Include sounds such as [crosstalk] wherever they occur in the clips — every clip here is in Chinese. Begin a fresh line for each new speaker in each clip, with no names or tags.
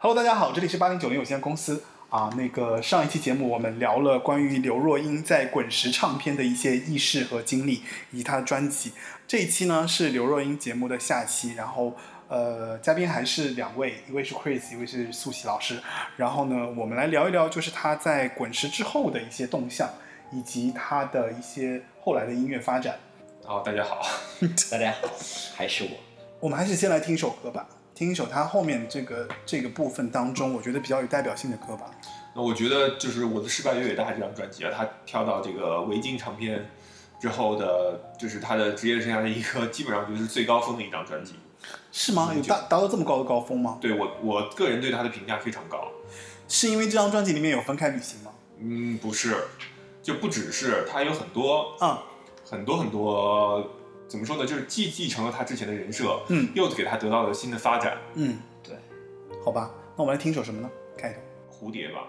Hello，大家好，这里是八零九零有限公司啊。那个上一期节目我们聊了关于刘若英在滚石唱片的一些轶事和经历，以及她的专辑。这一期呢是刘若英节目的下期，然后呃，嘉宾还是两位，一位是 Chris，一位是素喜老师。然后呢，我们来聊一聊就是她在滚石之后的一些动向，以及她的一些后来的音乐发展。
哦，大家好，
[laughs] 大家好，还是我。
我们还是先来听一首歌吧，听一首她后面这个这个部分当中我觉得比较有代表性的歌吧。
那我觉得就是我的失败越伟大这张专辑啊，他跳到这个维京唱片之后的，就是他的职业生涯的一个基本上就是最高峰的一张专辑。
是吗？
嗯
有
就
达达到这么高的高峰吗？
对我我个人对他的评价非常高。
是因为这张专辑里面有分开旅行吗？
嗯，不是，就不只是他有很多
啊，
很多很多，怎么说呢？就是既继承了他之前的人设，
嗯
又给他得到了新的发展。
嗯，
对，
好吧，那我们来听一首什么呢？看一首
蝴蝶吧？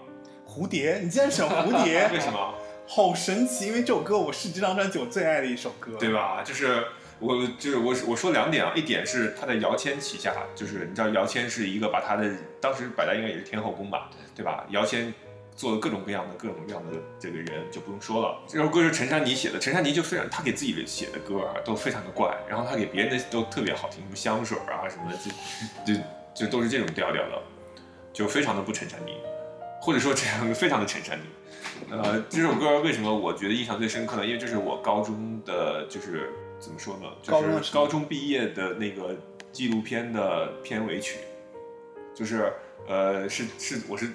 蝴蝶，你竟然选蝴 [laughs]
为
蝶，
什么？
好神奇！因为这首歌我是这张专辑我最爱的一首歌，
对吧？就是我就是我我说两点啊，一点是他在姚谦旗下，就是你知道姚谦是一个把他的当时百大应该也是天后宫吧，对吧？姚谦做了各种各样的各种各样的这个人就不用说了。这首歌是陈珊妮写的，陈珊妮就非常她给自己写的歌啊都非常的怪，然后她给别人的都特别好听，什么香水啊什么的，就就就都是这种调调的，就非常的不陈珊妮，或者说这样非常的陈珊妮。呃，这首歌为什么我觉得印象最深刻呢？因为这是我高中的，就是怎么说呢，就
高中的
是
时候
高中毕业的那个纪录片的片尾曲，就是呃，是是我是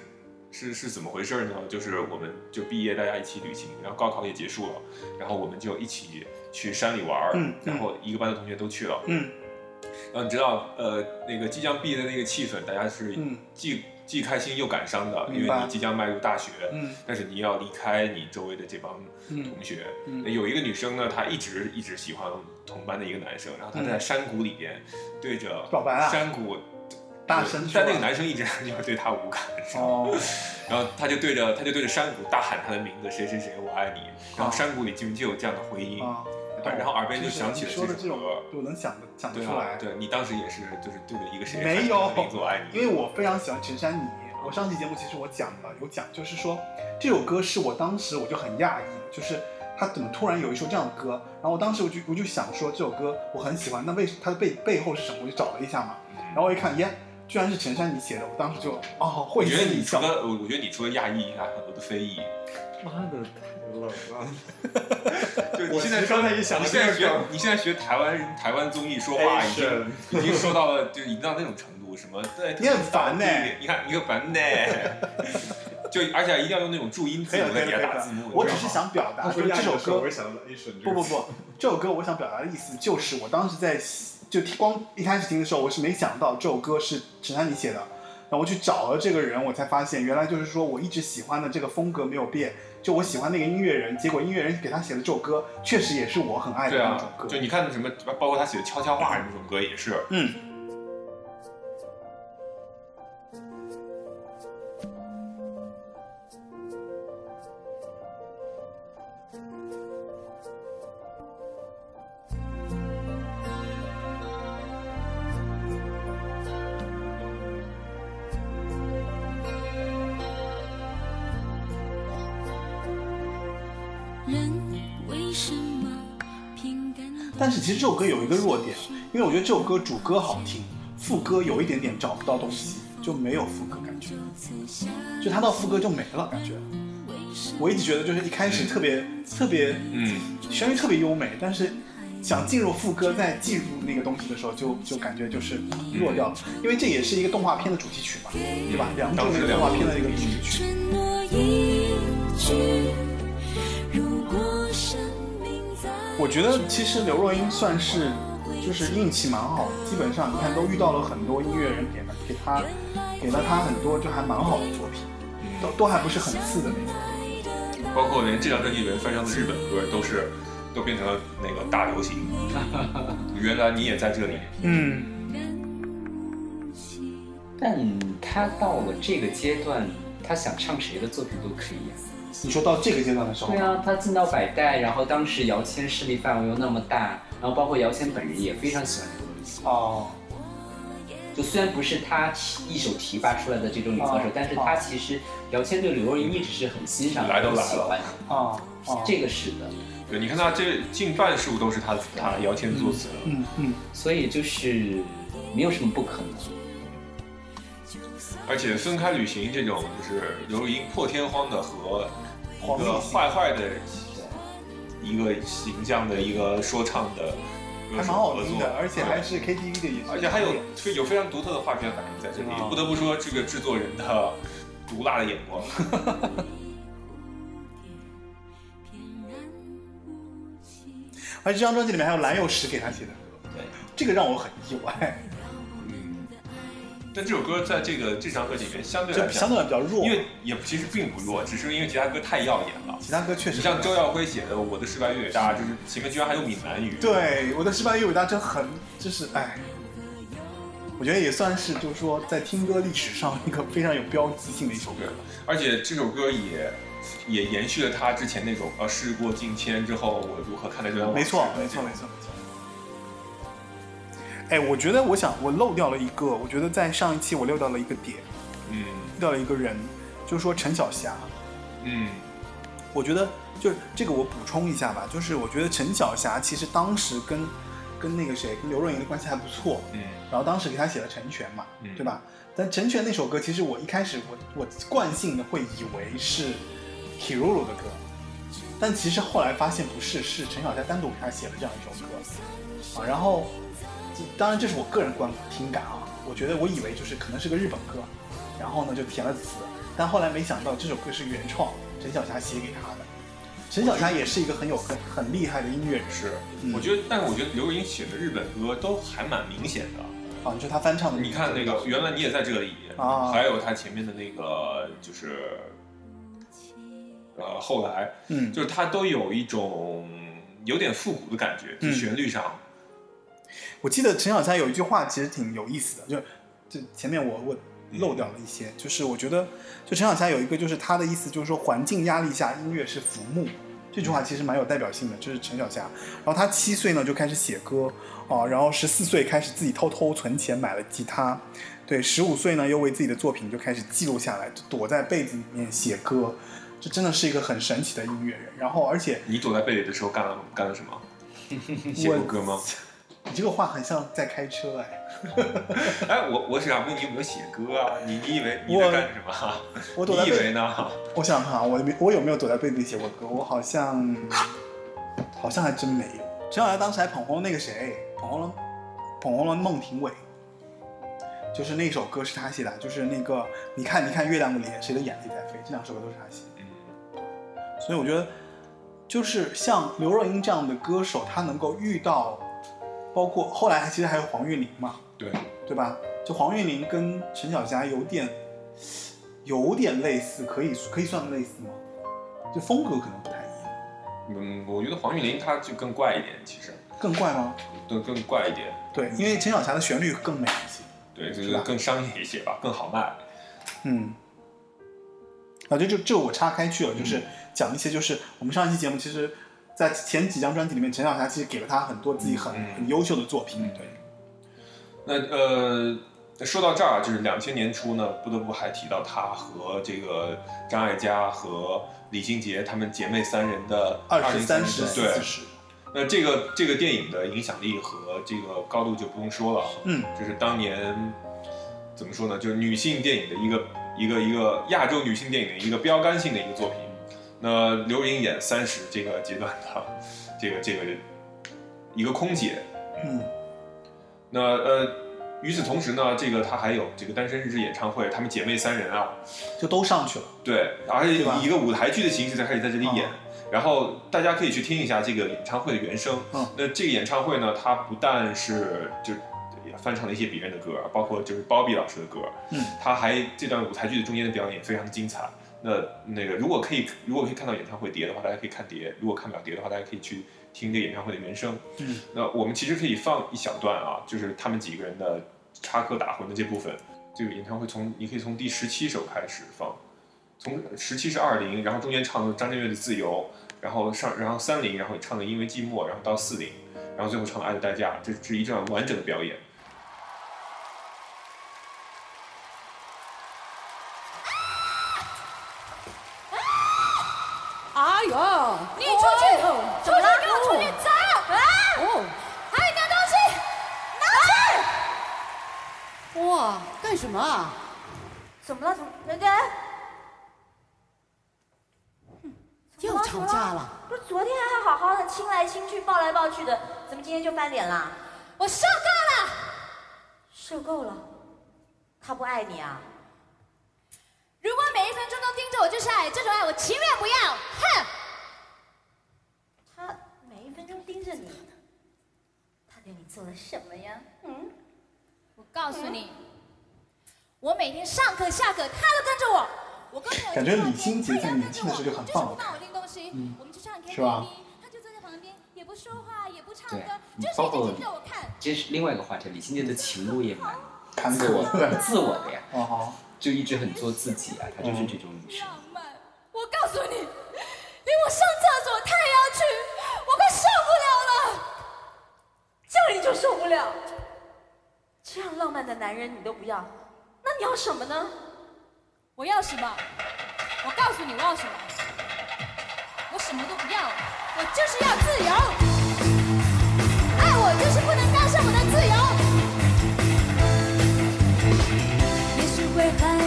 是是怎么回事呢？就是我们就毕业，大家一起旅行，然后高考也结束了，然后我们就一起去山里玩儿，
嗯嗯
然后一个班的同学都去了，
嗯
然后你知道，呃，那个即将毕业的那个气氛，大家是
嗯
既、既开心又感伤的，因
明
为
白
你即将迈入大学，
嗯
但是你要离开你周围的这帮
嗯
同学。那
嗯
有一个女生呢，她一直一直喜欢同班的一个男生，然后她在山谷里边对着
表白啊
山谷
大声说
但那个男生一直就是对她无感，你知道吗 [laughs]
哦，
然后她就对着她就对着山谷大喊她的名字，谁谁谁，我爱你。然后山谷里竟然就有这样的回音，
啊，
然后耳边就
就是
响起
你
了
说的这
这首
种
歌。，
我能想的想得
对
出
啊
来，，
对你当时也是，就是对着一个谁
没
喊
有
你的名字我爱你，
因为我非常喜欢陈珊妮。我上期节目其实我讲了，有讲，就是说这首歌是我当时我就很讶异，就是他怎么突然有一首这样的歌，然后我当时我就我就想说这首歌我很喜欢，那为它的背背后是什么？我就找了一下
嗯
嘛，然后我一看，耶，居然是陈珊妮写的，我当时就哦
我
会
觉得
心
你
一笑。
除了我，我觉得你除了亚裔，还有很多的
[laughs]
非裔。
妈的，太冷了。
对，
我
你现在
其实刚才也想
你
到
现在
这个
学
梗，
你现在学台湾人台湾综艺说话
哎
已经
Asian
已经说到了，就已经到那种程度，什么对，
你很烦呢
你看你很烦呢， [laughs] 就而且一定要用那种注音字母在底下打字幕。
我
你
只是
知道吗
想表达
他
说
说
这首歌
我，想到 Asian
不不不，这首歌我想表达的意思就是，我当时在就听光一开始听的时候，我是没想到这首歌是陈珊妮写的，然后我去找了这个人，我才发现原来就是说我一直喜欢的这个风格没有变，就我喜欢那个音乐人，结果音乐人给他写的这首歌，确实也是我很爱的
对
那种
啊
歌。，
就你看什么，包括他写的悄悄话什么这种歌也是，
嗯，
人为什么平淡？
但是其实这首歌有一个弱点，因为我觉得这首歌主歌好听，副歌有一点点找不到东西，就没有副歌感觉，就它到副歌就没了感觉。我一直觉得就是一开始特别、特别
嗯，
旋律特别优美，但是想进入副歌，再进入那个东西的时候就，就感觉就是弱掉了，因为这也是一个动画片的主题曲嘛，对吧？梁祝
当时
那个
梁
动画
祝
片的一个主题曲，
承诺一句，如果生命在，
我觉得其实刘若英算是就是运气蛮好的，基本上你看都遇到了很多音乐人给了给她给了她很多就还蛮好的作品，都都还不是很次的那种。
包括连这张专辑里面翻唱的日本歌都是都变成了那个大
[laughs]
流行。原来你也在这里，
嗯，
但他到了这个阶段，他想唱谁的作品都可以啊。
你说到这个阶段的时候
对，啊，他进到百代，然后当时姚谦势
啊
力范围又那么大，然后包括姚谦本人也非常喜欢刘若英，
哦，
就虽然不是他提一手提拔出来的这种女歌手，
啊
但是他其实姚谦对刘若英一直是很欣赏，
来都来了
很喜欢，
啊啊，
这个是的。
对，你看他这近半数都是他他姚谦作词的，
嗯嗯
所以就是没有什么不可能。
而且分开旅行这种就是刘若英破天荒的和
黄
一
立
个
行
坏坏的一个形象的一个说唱的歌
还
手
蛮好
合
听
作
的，，而且还
对
是 KTV 的也是，
而且还有非有非常独特的画面反应在这里
啊，
不得不说这个制作人的 [laughs] 毒辣的眼光。
翩然无期。
而且这张专辑里面还有蓝又时给他写的歌，
对，
这个让我很意外，
嗯，但这首歌在这个这张歌里面相对来
就相
讲，
对来比较弱，
因为也其实并不弱，只是因为其他歌太耀眼了。
其他歌确
你
实
像周耀辉写的《我的失败越伟大》，就是前面居然还有闽南语。，
对我的失败与伟大真很就是哎。我觉得也算是，就是说，在听歌历史上一个非常有标志性的一首歌
对。，而且这首歌也也延续了他之前那种呃事过境迁之后我如何看待这段往事
没错，
的
没
这
错，
种
没错，没错。哎，我觉得我想我漏掉了一个，我觉得在上一期我漏掉了一个点，
嗯
漏掉了一个人，就是说陈小霞。
嗯，
我觉得就是这个，我补充一下吧，就是我觉得陈小霞其实当时跟跟那个谁，跟刘若英的关系还不错，
嗯
然后当时给她写了《成全》嘛，
嗯
对吧？但《成全》那首歌，其实我一开始我我惯性的会以为是 Kirulu 的歌，但其实后来发现不是，是陈小霞单独给他写了这样一首歌啊。然后，这当然这是我个人观听感啊，我觉得我以为就是可能是个日本歌，然后呢就填了词，但后来没想到这首歌是原创，陈小霞写给他的。陈小霞也是一个很有很很厉害的音乐人
是
嗯，
我觉得，但是我觉得刘若英写的日本歌都还蛮明显的。
啊，你说她翻唱的，
你看那个，原来你也在这里，
啊
还有他前面的那个就是，呃，后来
嗯，
就是他都有一种有点复古的感觉，
嗯
就旋律上，
我记得陈小佳有一句话其实挺有意思的，就就前面我我漏掉了一些，就是我觉得就陈小佳有一个就是他的意思就是说环境压力下音乐是浮木。这句话其实蛮有代表性的，就是陈小霞。然后她七岁呢就开始写歌啊，然后十四岁开始自己偷偷存钱买了吉他，对，十五岁呢又为自己的作品就开始记录下来，就躲在被子里面写歌，这真的是一个很神奇的音乐人。然后而且
你躲在被里的时候干了干了什么？写过歌吗？
你这个话很像在开车哎。
[laughs] 哎，我我是想问你有没有写歌啊？你你以为你
我
在干什么啊？
我躲在
[laughs] 你以
被
为呢？
我想想看啊，我没我有没有躲在被子里写过歌？我好像好像还真没有。陈小佳当时还捧红那个谁，捧红了捧红了孟庭苇，就是那首歌是她写的，就是那个你看你看月亮的脸，谁的眼泪在飞，这两首歌都是她写
嗯
的。所以我觉得，就是像刘若英这样的歌手，她能够遇到，包括后来其实还有黄韵玲嘛，
对，
对吧？就黄韵玲跟陈小霞有点有点类似，可以可以算类似吗？就风格可能不太一样，
嗯，我觉得黄韵玲她就更怪一点，其实
更怪吗？
更更怪一点，
对，因为陈小霞的旋律更美一些。
对，就是
吧
是更商业一些吧，更好卖。
嗯，啊，这就这我岔开去了，就是讲一些就是我们上一期节目其实。在前几张专辑里面，陈小霞其实给了他很多自己很、
嗯
很优秀的作品，对，
那呃，说到这儿啊，就是两千年初呢，不得不还提到她和这个张艾嘉和李心洁她们姐妹三人的
二十
零
三
十
十
对
四。十，
那这个这个电影的影响力和这个高度就不用说了，啊
嗯，
就是当年怎么说呢，就是女性电影的一个一个一个亚洲女性电影的一个标杆性的一个作品。那刘若英演三十这个阶段的这个这个一个空姐，
嗯，
那呃，与此同时呢，这个她还有这个单身日志演唱会，她们姐妹三人啊，
就都上去了，
对，而且
对吧
以一个舞台剧的形式在开始在这里演。
嗯
然后大家可以去听一下这个演唱会的原声。
嗯
那这个演唱会呢，它不但是就也翻唱了一些别人的歌，包括就是 Bobby 老师的歌。
嗯，
他还这段舞台剧的中间的表演也非常精彩。那那个如果可以，如果可以看到演唱会碟的话，大家可以看碟；如果看不了碟的话，大家可以去听这个演唱会的原声。
嗯，
那我们其实可以放一小段啊，就是他们几个人的插科打诨的这部分。这个演唱会从你可以从第十七首开始放，从十七是二零，然后中间唱的张震岳的《自由》，然后上然后三零，然后唱的《因为寂寞》，然后到四零，然后最后唱的《爱的代价》，这是一段完整的表演。
哎呦，
你出去，
哦
出
怎么
去
了
给我出去
哦
走！啊！
哦，
还有你的东西，拿去！
哇，干什么啊？
怎么了？怎么？等等，
又吵架了？
不是昨天还好好的，亲来亲去，抱来抱去的，怎么今天就翻脸啦？我受够了，受够了，他不爱你啊？如果每一分钟都盯着我就是爱，这种爱我情愿不要，哼！他每一分钟盯着你，他对你做了什么呀？嗯，
我告诉你，我每天上课下课，他都跟着我。我跟
感觉李心洁在年轻的时候就很棒嗯
我就是不帮我拎东西，我们去唱 KTV，
是吧
他就坐在旁边，也不说话，也不唱歌
对，你
就是
包
一
括
直盯着我看。
这是另外一个话题，李心洁的情路也蛮
坎坷
自我
对
[laughs] 自我的呀，
哦，
就一直很做自己啊，她就是这种女生。
浪漫，我告诉你，连我上厕所他也要去，我快受不了了。
这样你就受不了。这样浪漫的男人你都不要，那你要什么呢？
我要什么？我告诉你，我要什么？我什么都不要，我就是要自由。爱我就是不能干涉我的自由。
也许会恨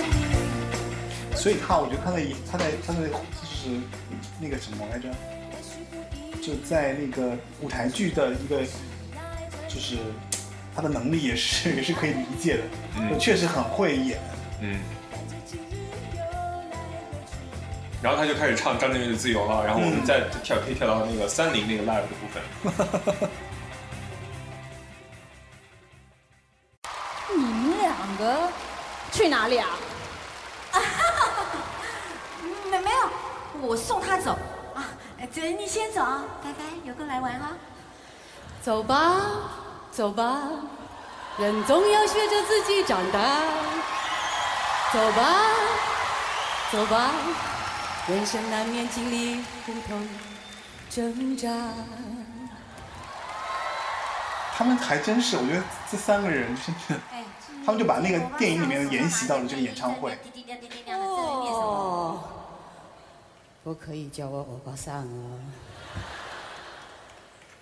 你，
所以他，我觉得他在他在他在就是那个什么来着，
也许不一
就在那个舞台剧的一个
来回
就是他的能力也是也是可以理解的，我确实很会演。
嗯，
感觉今日又来回去。
然后他就开始唱张震岳的《自由》了，然后我们再跳可以跳到那个三零那个 live 的部分。
你们两个去哪里啊？
嗯没没有，我送他走啊。姐，你先走啊，拜拜，有空来玩啊。
走吧，走吧，人总要学着自己长大。走吧，走吧，人生难免经历苦痛挣扎。
他们还真是，我觉得这三个人真的，
哎，
他们就把那个电影里面的沿袭到了这个演唱会。
滴滴亮滴滴亮的，在那念什
哦
么？，
不可以叫哦我欧巴桑哦。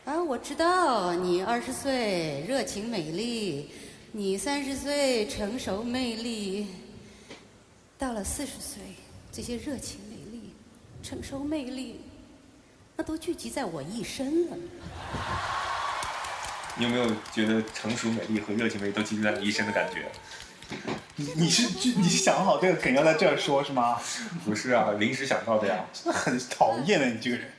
啊，我知道你二十岁热情美丽，你三十岁成熟魅力，到了四十岁，这些热情美丽、成熟魅力，那都聚集在我一身了。
你有没有觉得成熟、美丽和热情美丽都集中在你一身的感觉？
你你是你是想好这个梗要在这儿说是吗？
不是啊，临时想到的呀。
真的很讨厌的你这个人。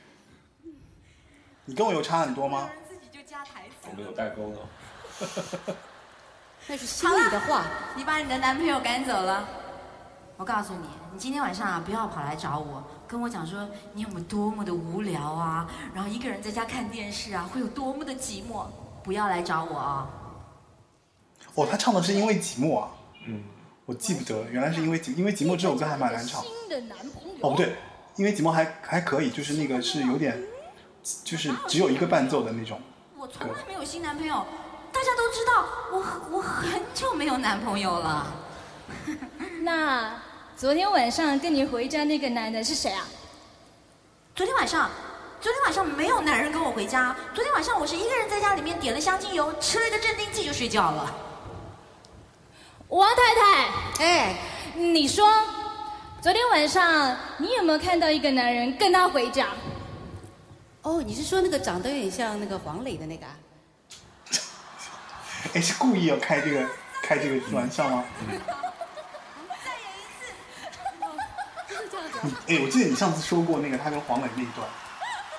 你跟我有差很多吗？
自己就加台词
我们有代沟呢。
那是心里的话。
你把你的男朋友赶走了。我告诉你，你今天晚上啊，不要跑来找我，跟我讲说你有没有多么的无聊啊，然后一个人在家看电视啊，会有多么的寂寞。不要来找我啊！
哦，他唱的是因为寂寞啊，
嗯，
我记不得，原来是因为寂，因为寂寞这首歌还蛮难唱。
新的男朋友。
哦，不对，因为寂寞还还可以，就是那个是有点，就是只有一个伴奏的那种。
我从来没有新男朋友，大家都知道我很我很久没有男朋友了。
那昨天晚上跟你回家那个男的是谁啊？
昨天晚上，昨天晚上没有男人跟我回家。昨天晚上我是一个人在家里面点了香精油，吃了一个镇定剂就睡觉了。
王太太，
哎，
你说，昨天晚上你有没有看到一个男人跟他回家？
哦，你是说那个长得有点像那个黄磊的那个啊？
哎，是故意要开这个开这个玩笑吗？哎，我记得你上次说过那个他跟黄磊那一段，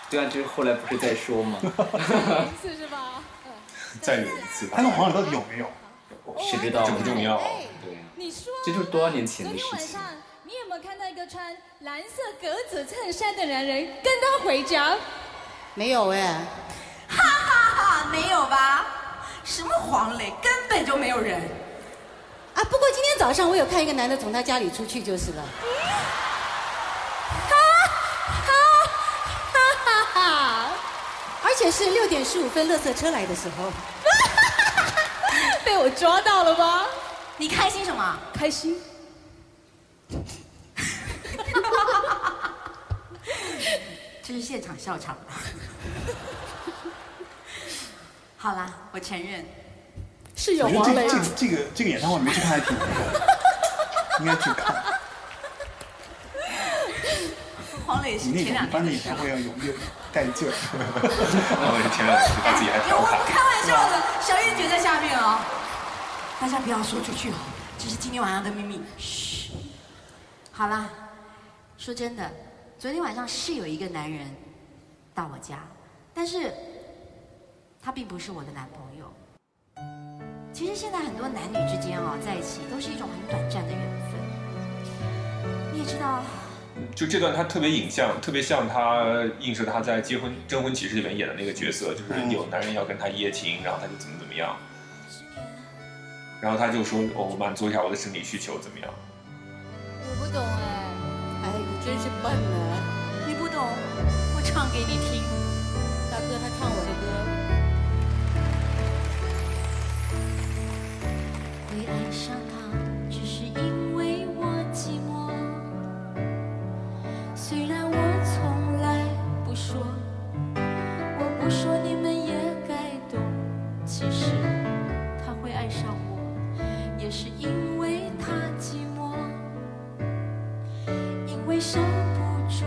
对啊，就是后来不是在说吗？
是是吧？
再有一次吧
[laughs] 他。跟黄磊到底有没有？
谁知道？
重不重要？
对啊，
哎你说，
这就是多少年前
昨
的
天
事
晚
情
上。你有没有看到一个穿蓝色格子衬衫的男人跟他回家？
没有哎。
哈哈，啊没有吧？什么黄磊，根本就没有人。
啊，不过今天早上我有看一个男的从他家里出去就是了。
哈哈，
而且是六点十五分，垃圾车来的时候。
被我抓到了吧？
你开心什么？
开心。
是现场笑
[laughs]
场。好啦，我承认，
是有
我觉
黄
得
啊
磊啊
这这这个这个演唱会没去看还挺难的，应该去看。
黄磊是
你那
前
种
两
一般
年
的演
的事
唱
了。
会要有点带劲儿。
我前两天把自己还调侃。
开玩笑的，小燕姐在下面哦，大家不要说出去哦，这是今天晚上的秘密。嘘，好啦，说真的，昨天晚上是有一个男人到我家，但是他并不是我的男朋友。其实现在很多男女之间哦，在一起都是一种很短暂的缘分。你也知道，
就这段他特别影像，特别像他映射他在《结婚征婚启事》里面演的那个角色，就是有
嗯
男人要跟他一夜情，然后他就怎么怎么样，然后他就说哦，我满足一下我的生理需求怎么样？
我不懂哎，
哎，你真是笨啊！
你不懂，我唱给你听。
大哥，他唱我的歌，
会爱上他，只是因为我寂寞。虽然我从来不说，我不说你们也该懂。其实他会爱上我，也是因为他寂寞，因为受不住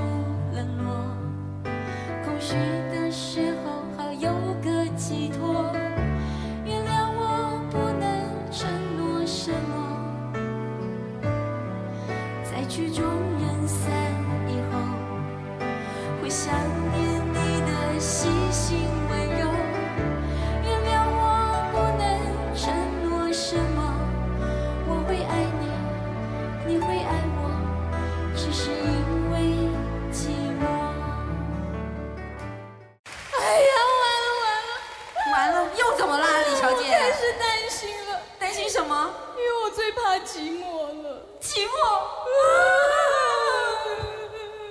冷落，空虚的时候好有个寄托。原谅我不能承诺什么，在曲终人散以后，会想念你的细心温柔。原谅我不能承诺什么，我会爱你，你会爱我，只是因为寂寞。
哎呀，完
完了，又怎么啦，李
了完了，
小
我
姐？
太是担心了，
担心什么？
啊因为我最怕寂寞了。
寂
[laughs]
寞。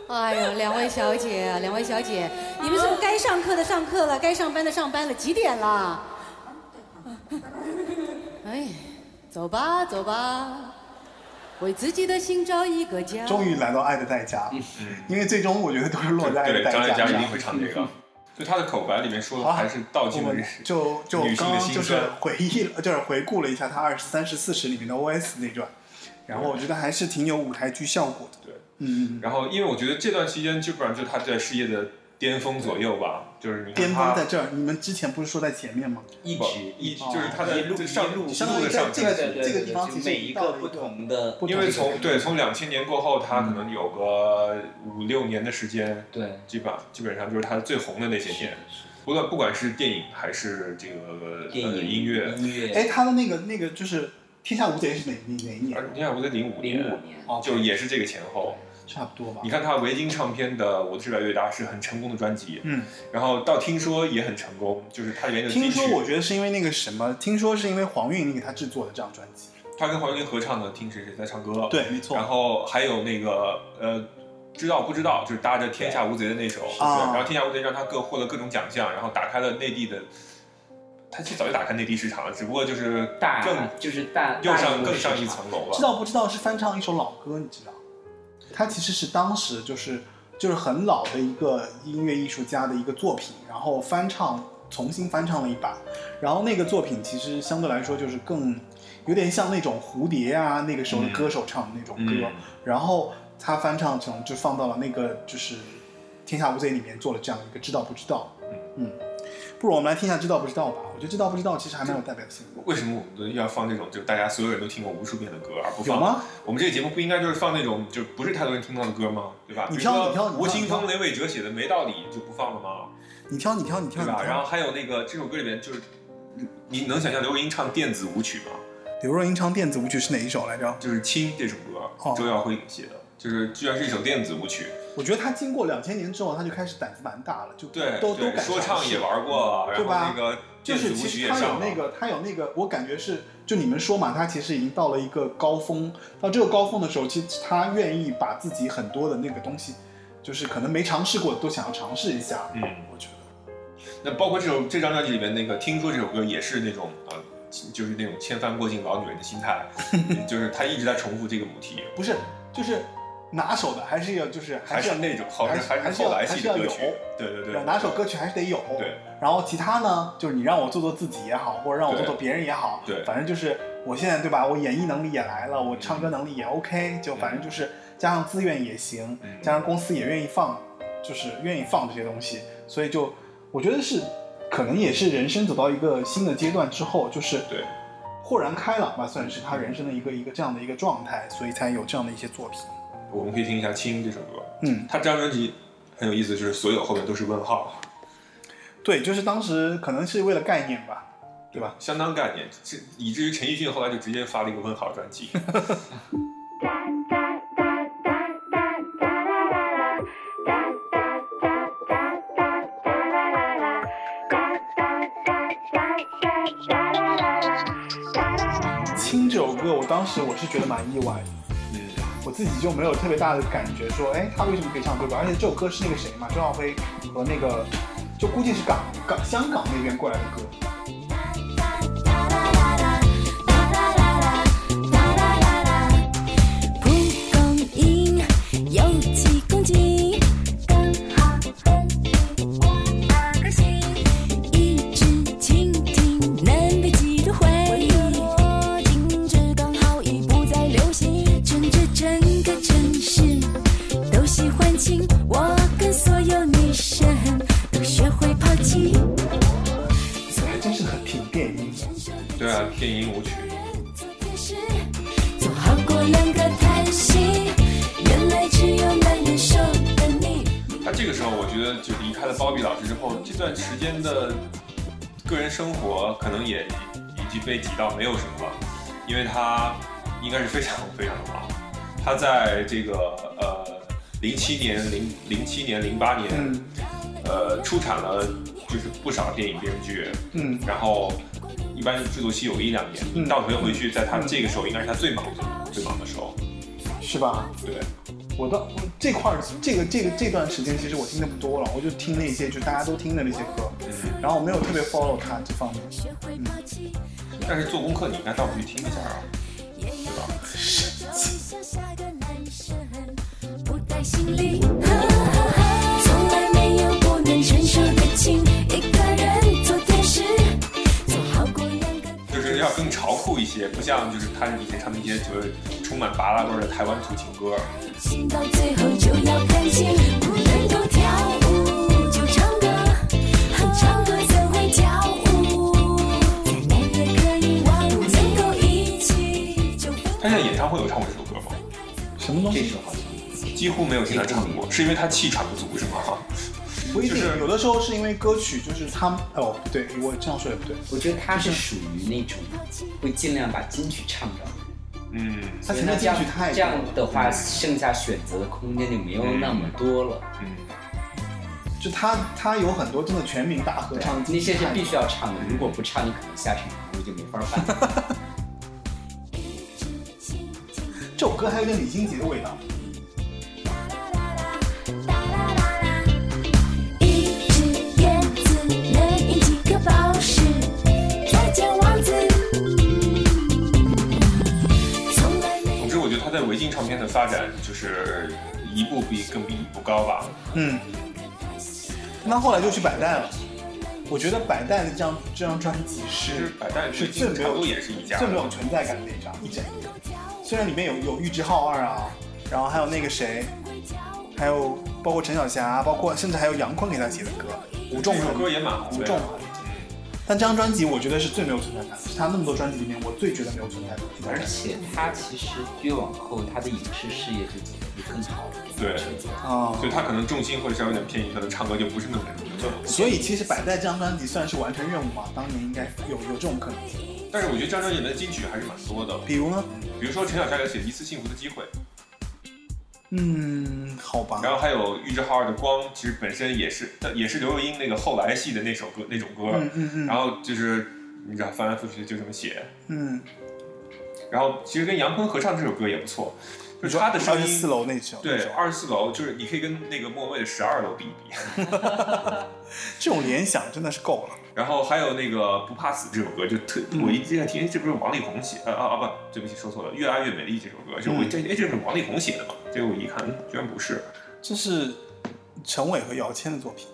哎呦，两位小姐啊，两位小姐，你们是不是该上课的上课了，该上班的上班了？几点了？哎，走吧，走吧，为自己的心找一个家。
终于来到《爱的代价》，因为最终我觉得都是落在《爱的
嗯对，
代
张艾
价》
嘉一定
上
会。唱这个。就他的口白里面说的
好啊
还是道尽
我
了
们就就
女性
刚
的
刚
心
就是
酸。
回忆了， [laughs] 就是回顾了一下他二十三十四十里面的 OS 那段，然后我觉得还是挺有舞台剧效果的。
对，
嗯，
然后，因为我觉得这段期间基本上就他在事业的巅峰左右吧，就是你看
巅峰在
他
这儿，你们之前不是说在前面吗？
一
不
直
一
哦
就是他的
一路
就上
一路
一路的上
这个
进，
对对
这个
对
地
对，
方
就
其实
每一
到了
个不
一个
同的
不
因为从对从两千年过后，他可能有个五六年的时间，
对，
基本基本上就是他最红的那些年，不论不管是电影还是这个
电
呃
影、
音乐，
音乐，
哎，他的那个那个就是《天下无贼》是哪哪哪一年
而？你看我在零五
零
年
五，年，
哦，
就也是这个前后。
差不多吧
你。看他维京唱片的《我的世代乐达》是很成功的专辑，
嗯，
然后到听说也很成功，就是他里面的
听
金曲
说，我觉得是因为那个什么，听说是因为黄韵给他制作的这张专辑。
他跟黄韵玲合唱的《听谁谁在唱歌》，，
对，没错。
然后还有那个呃，知道不知道，就是搭着《天下无贼》的那首，对，
啊
然后《天下无贼》让他各获了各种奖项，然后打开了内地的，他其实早就打开内地市场了，只不过就是
大
更
就是大
又
大
上
陆
更
市
上一
场
层楼
知
了。
道不知道是翻唱一首老歌，你知道？他其实是当时就是就是很老的一个音乐艺术家的一个作品，然后翻唱重新翻唱了一版，然后那个作品其实相对来说就是更有点像那种蝴蝶啊那个时候的歌手唱的那种歌，
嗯
然后他翻唱成就放到了那个就是《天下无贼》里面做了这样一个知道不知道，嗯，不如我们来听一下知道不知道吧？我觉得知道不知道其实还蛮有代表性的，
为什么我们都要放这种就是大家所有人都听过无数遍的歌，而不
有
放
吗？
我们这个节目不应该就是放那种就不是太多人听到的歌吗？对吧？
你
比如
挑你挑
说
你挑
吴青
你
峰、雷伟哲写的《没道理》就不放了吗？
你挑你挑你挑你
对吧？
挑
然。后还有那个这首歌里面就是，你能想象刘若英唱电子舞曲吗？
刘若英唱电子舞曲是哪一首来着？
就是《亲》这首歌，
哦
周耀辉写的，就是居然是一首电子舞曲。
我觉得她经过两千年之后，她就开始胆子蛮大了，就
对，
都都
对，
敢
说
尝
唱
试
也，玩过，啊然
对
后
吧
那个
就
电子
是
舞
其
曲
实
也
她有
上
那
了。
个，她有那个，我感觉是，就你们说嘛，她其实已经到了一个高峰。到这个高峰的时候，其实她愿意把自己很多的那个东西，就是可能没尝试过的都想要尝试一下。
嗯，
我觉得
那包括这首这张专辑里面那个《听说》这首歌也是那种呃，就是那
[laughs]
种嗯千帆过尽老女人的心态，就是他一直在重复这个母题。
不是，就是拿手的还是要就是
还
是要
是那种好
还
还
是还
是
是
后
要还
来系
是
的
要
歌
有
曲，对对对，
拿手歌曲还是得有。
对，
然后其他呢，就是你让我做做自己也好，或者让我做做别人也好，
对嗯
反正就是我现在对吧？我演绎能力也来了，我唱歌能力也 OK，就反正就是加上资源也行，
嗯
加上公司也愿意放，就是愿意放这些东西，所以就我觉得是可能也是人生走到一个新的阶段之后，就是
对
豁然开朗吧，算是他人生的一个一个这样的一个状态，所以才有这样的一些作品。
我们可以听一下《青》这首歌。
嗯，
他这张专辑很有意思，就是所有后面都是问号，
对，就是当时可能是为了概念吧，对吧？
相当概念，这以至于陈奕迅后来就直接发了一个问号专
[laughs]
辑。
《青》这首歌，我当时我是觉得蛮意外的，
嗯，
我自己就没有特别大的感觉说，哎，他为什么可以唱这首歌？而且这首歌是那个谁嘛，周耀辉和那个，就估计是港港香港那边过来的歌。
蒲公英有几公斤？刚好分给我八颗心。一只蜻蜓能被几多回？我静止刚好已不再流行，趁着整个城市都喜欢情，我跟所有女生都学会抛弃。
这还真是很挺电音的。
对啊，电音舞曲。
总好过两个叹息，原来只有难忍受的你。
他这个时候，我觉得就离开了鲍比老师之后，这段时间的个人生活可能也已经被挤到没有什么了，因为他应该是非常非常的忙。他在这个呃零七年、零零七年、零八年，
嗯
呃出产了就是不少电影电视剧，
嗯
然后一般制作期有个一两年，倒推回去，在他这个时候应该是他最忙的最忙的时候，
是吧？
对。
我到这块儿，这个这个这段时间，其实我听的不多了，我就听那些就大家都听的那些歌，然后我没有特别 follow 他这方面。
但是做功课你应该倒回去听一下啊，
不带心里，从来没有不能承受的情，一个人做天使，做好过两个。
就是要更潮酷一些，不像就是他以前唱的一些就是充满拔拉味儿的台湾土情歌。
心到最后就要看清，不能够跳舞就唱歌，唱歌怎会跳舞？再难也可以忘，不能够一起就分
他现在演唱会有唱过这首歌吗？
什么东
这首好像
几乎没有听他唱过，是因为他气喘不足是吗？
不一定，
就是
有的时候是因为歌曲，就是他们哦，不对，我这样说也不对。
我觉得他是属于那种会尽量把金曲唱着，
嗯，
他
所以
前面
呢这样
进去太
这样的话，剩下选择的空间就没有那么多了。
嗯
就他他有很多真的全民大合
对嗯
唱，
那些是必须要唱的，如果不唱，你可能下场你就没法办。
这首歌还有点李心洁的味道。
一只叶子能印几个宝石？再见，王子。从来没
总之我觉得他在维京唱片的发展就是一步比更比一步高吧。
嗯，那后来就去百代了。我觉得百代的这张这张专辑
其实
是
百代
是
最
最
近
没
差不
有
多也是一家，
最没有存在感的一张一整个。虽然里面有有玉置浩二啊，然后还有那个谁，还有包括陈小霞，啊包括甚至还有杨坤给他写的歌，吴仲
这首
恒
歌也蛮红的
吴仲恒。但这张专辑我觉得是最没有存在感，的，是他那么多专辑里面我最觉得没有存在感的一张专
[laughs] 而
辑。
且他其实越往后，他的影视事业就走得更好了。
对，
啊、
所以他可能重心会稍微有点偏移，可能唱歌就不是那么的。
所以其实百代这张专辑算是完成任务嘛，当年应该有有这种可能性。
但是我觉得这张专辑里面的金曲还是蛮多的，
比如呢？
比如说陈小佳有写《一次幸福的机会》，
嗯，好吧。
然后还有玉置浩二的《光》，其实本身也是也是刘若英那个后来系的那首歌那种歌，
嗯嗯嗯
然后就是你知道翻来覆去就这么写，
嗯，
然后其实跟杨坤合唱这首歌也不错，就是他的声音。
二十四楼那首，
对，二十四楼就是你可以跟那个莫文蔚的十二楼比一比。
这种联想真的是够了。
然后还有那个不怕死这首歌，就特
嗯
我一进来听，哎这不是王力宏写？呃啊啊不，对不起说错了，《越爱越美丽》这首歌，就
嗯
我这哎这是王力宏写的嘛？结果我一看，嗯居然不是。
这是陈伟和姚谦的作品。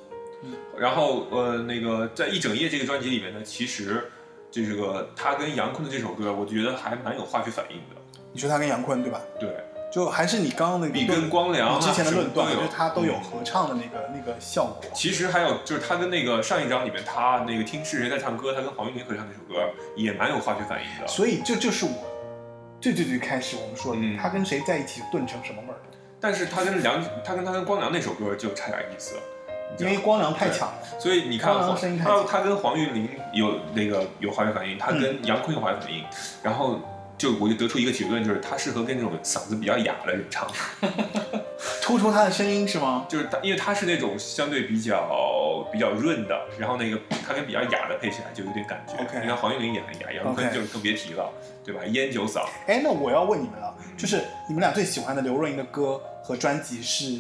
然后呃，那个在《一整夜》这个专辑里面呢，其实这个他跟杨坤的这首歌，我觉得还蛮有化学反应的。
你说他跟杨坤对吧？
对，
就还是你刚刚那个
你
论
跟光良啊
你之前的
什么
论断，
都有
就
嗯
是他都有合唱的那个那个效果。
其实还有就是他跟那个上一张里面他那个听是谁在唱歌，他跟黄韵玲合唱那首歌也蛮有化学反应的。
所以这就是我最最最开始我们说的，
嗯
他跟谁在一起炖成什么味儿，
但是他跟梁，他跟他跟光良那首歌就差点意思了，你知
因
道吗
为光良太强了。
所以你看
光良
黄，
声音太
他
强嗯
他跟黄韵玲有那个有化学反应，他跟杨坤有化学反应，然后就我就得出一个结论，就是他适合跟这种嗓子比较哑的人唱，
突出他的声音是吗？
就是他因为他是那种相对比较比较润的，然后那个他跟比较哑的配起来就有点感觉。
OK
你看黄韵玲也很哑，杨坤
OK
就更别提了，对吧？烟酒嗓，
哎，那我要问你们了，就是你们俩最喜欢的刘若英的歌和专辑是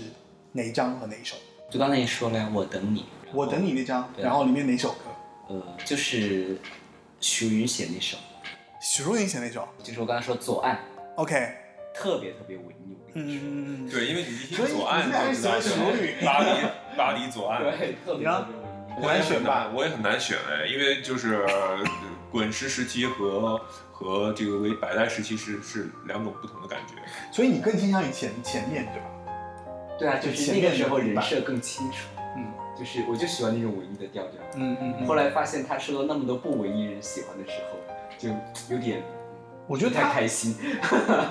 哪一张和哪一首？
就刚才也说了呀，我等你，
我等你那张，
对
然后里面哪首歌？
呃，就是许茹芸写那首，
许茹芸写那首。
就是我刚才说左岸，
OK，
特别特别文艺，我跟你说，
嗯，
对，因为你一
所
听
以
左岸
你
就
们俩
知道
是喜欢
是
徐
巴黎巴黎左岸，
对，
嗯
特别特别文艺。
我也
难选
很
吧
难，我也很难选哎，因为就是呃滚石时期和和这个为百代时期是是两种不同的感觉。
所以你更倾向于前前面对吧？
对啊，就是那个时候人设更清楚，
嗯
就是我就喜欢那种文艺的调调。
嗯嗯嗯
后来发现他受到那么多不文艺人喜欢的时候，就有点
我觉
不
得
太
他
开心。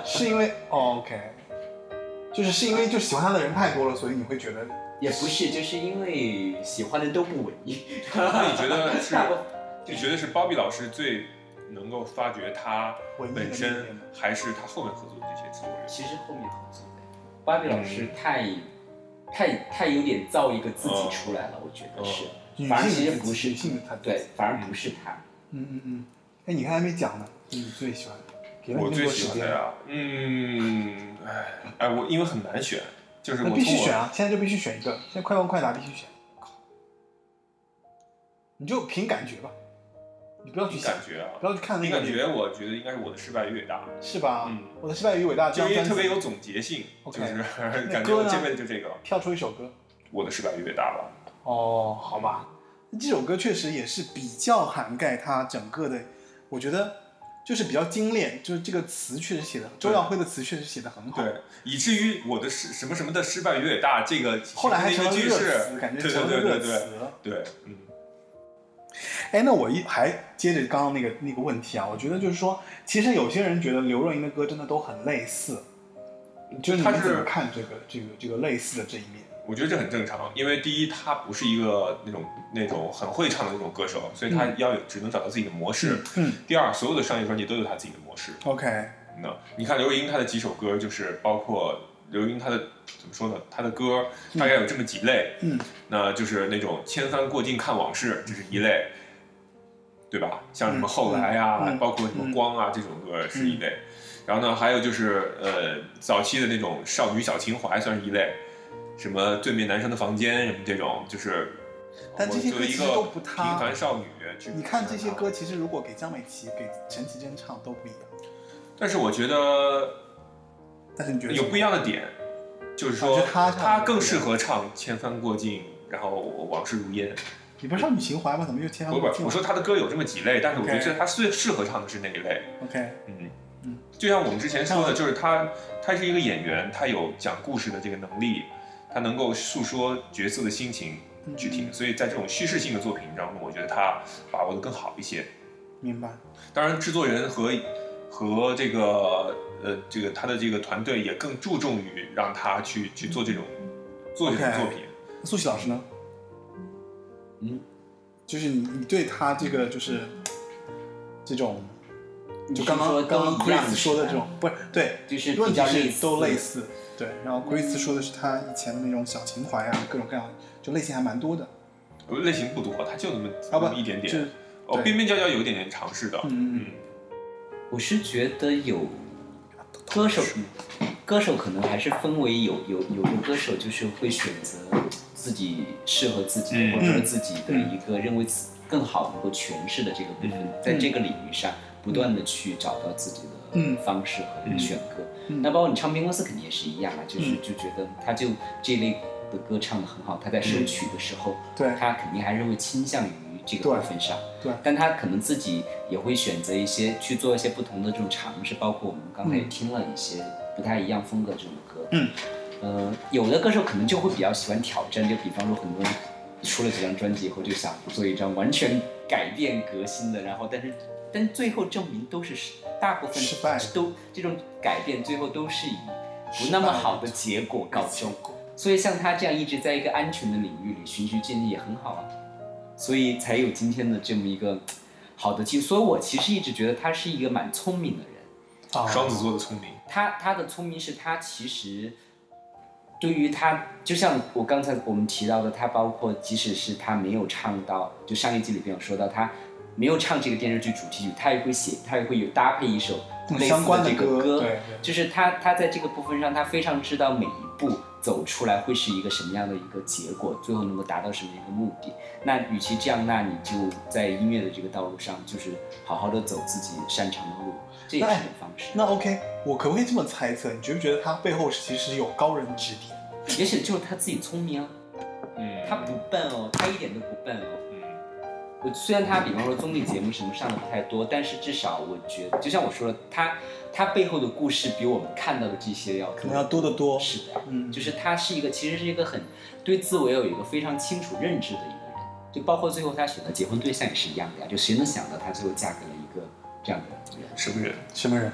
是因为、哦、OK，就是是因为就喜欢他的人太多了，所以你会觉得
也不是，就是因为喜欢的都不文艺。
那你觉得
[laughs]
是
大部分？
你觉得是包比老师最能够发掘他
文艺的那
本
一
身
面吗，
还是他后面合作的这些制作人？
其实后面合作的芭比老师太、
嗯
太太有点造一个自己出来了，我觉得是。
哦女
反而
性
其
的自
实
己
不是
女性的他
对，反而不是他。
嗯嗯嗯，哎，你看还没讲呢，你最喜欢的，给了你那
我
么
最
多
喜
时
欢的
间，
呀，嗯，哎哎，我因为很难选，就是
那
我
必须
从我
选啊！现在就必须选一个，现在快问快答必须选。你就凭感觉吧，你不要去
凭
想
感，觉啊
不，要去看那
凭
个
感觉，我觉得应该是我的失败越大，
是吧？
嗯
我的失败与伟大这
就
张
因为
专
特别有
辑，
总结性，
OK
就是 [laughs]
那
感觉
歌
我
呢
这辈子就这个了。
跳出一首歌。
我的失败越大吧。
哦，好吧，这首歌确实也是比较涵盖他整个的，我觉得就是比较精炼，就是这个词确实写的，周耀辉的词确实写的很好。
对，以至于我的失什么什么的失败越大，这个
后来还
形
成
成
了
了一
热
个句
词，
式，
感觉
对
成
对
了热
对对
词
对
了。
对，嗯，
哎，那我一还接着刚刚那个那个问题啊，我觉得就是说，其实有些人觉得刘若英的歌真的都很类似，就是你
她
们
是
怎么看这个这个这个类似的这一面？
我觉得这很正常，因为第一，他不是一个那种那种很会唱的那种歌手，所以他要有只能找到自己的模式。
嗯
第二，所有的商业专辑都有他自己的模式。
，OK，
那你看刘若英她的几首歌，就是包括刘若英她的怎么说呢？她的歌大概有这么几类，
嗯，
那就是那种千帆过尽看往事，这是一类，对吧？像什么后来啊，
嗯嗯嗯
包括什么光啊、这种歌是一类。然后呢，还有就是呃，早期的那种少女小情怀算是一类，什么对面男生的房间什么这种，就是
但
我
这些
作为
歌
一
其
个
实都不
平
搭
凡少女去
你看这些
她
歌，其实如果给张美琪、给陈绮贞唱都不一样，
但是我觉得
但是你觉得
有不一样的点，就是说
啊就他唱
他更适合唱《千帆过尽》，然后往事如烟。
你不是少女情怀吗？怎么又千
不
万
不
过尽，了？
我说他的歌有这么几类，但是我
OK
觉得他最适合唱的是那一类。
OK，
嗯
嗯
就像我们之前说
那我
的，就是他他是一个演员，他有讲故事的这个能力，他能够诉说角色的心情
嗯
去听，所以在这种叙事性的作品当中，我觉得他把握的更好一些。
明白。
当然，制作人和和这个呃这个他的这个团队也更注重于让他去去做这种做这种
OK
作品。
苏西老师呢？
嗯，
就是你你对他这个就是这种，
你
就是刚
说
刚刚
都
刚
一样
Chris 说的这
是吧
种，不是对，
就是
问题
比较类
是
似
都类似，对。然后 Chris 说的是他以前的那种小情怀啊，各种各样的，就类型还蛮多的。
呃类型不多，他就那么
啊
那
不
么一点嗯
就
点
是。
哦，
对嗯
边边角角有一点点尝试的。
嗯嗯
嗯，
我是觉得有歌手歌手可能还是分为有有有的歌手就是会选择自己适合自己的，
嗯
或者说自己的一个认为自更好能够诠释的这个部分，在这个领域上不断的去找到自己
嗯
的方式和选歌。那包括你唱片公司肯定也是一样啊，就是
嗯
就觉得他就这类的歌唱的很好，他在收曲的时候，
嗯对
他肯定还是会倾向于这个部分上。
对
但他可能自己也会选择一些去做一些不同的这种尝试，包括我们刚才也听了一些不太一样风格这种歌。
嗯，
呃，有的歌手可能就会比较喜欢挑战，就比方说很多人出了几张专辑以后就想做一张完全改变革新的，然后但是但最后证明都是失大部分
失败
都这种改变最后都是以不那
失败
么
的
好的结果告终
结果。
所以像他这样一直在一个安全的领域里循序渐进也很好啊。所以才有今天的这么一个好的机会。所以我其实一直觉得他是一个蛮聪明的人。
啊，
双子座的聪明，
他他的聪明是他其实对于他，就像我刚才我们提到的，他包括即使是他没有唱到，就上一季里边有说到他没有唱这个电视剧主题曲，他也会写，他也会有搭配一首
嗯
类
相
似
关的
这个
歌
歌
对对
就是他他在这个部分上，他非常知道每一步走出来会是一个什么样的一个结果，最后能够达到什么一个目的。那与其这样，那你就在音乐的这个道路上，就是好好的走自己擅长的路，这也是一种方式。
那 OK，我可不可以这么猜测？你觉不觉得他背后是其实有高人指点？
也许就是他自己聪明啊，
嗯，
他不笨哦，他一点都不笨哦。
嗯，
我虽然他比方说综艺节目什么上的不太多，但是至少我觉得，就像我说的，他他背后的故事比我们看到的这些要
可能要多得多。
是的，
嗯
就是他是一个其实是一个很对自我有一个非常清楚认知的一个人，就包括最后他选的结婚对象也是一样的呀，就谁能想到他最后嫁给了一个这样的人？
什么人？
什么人？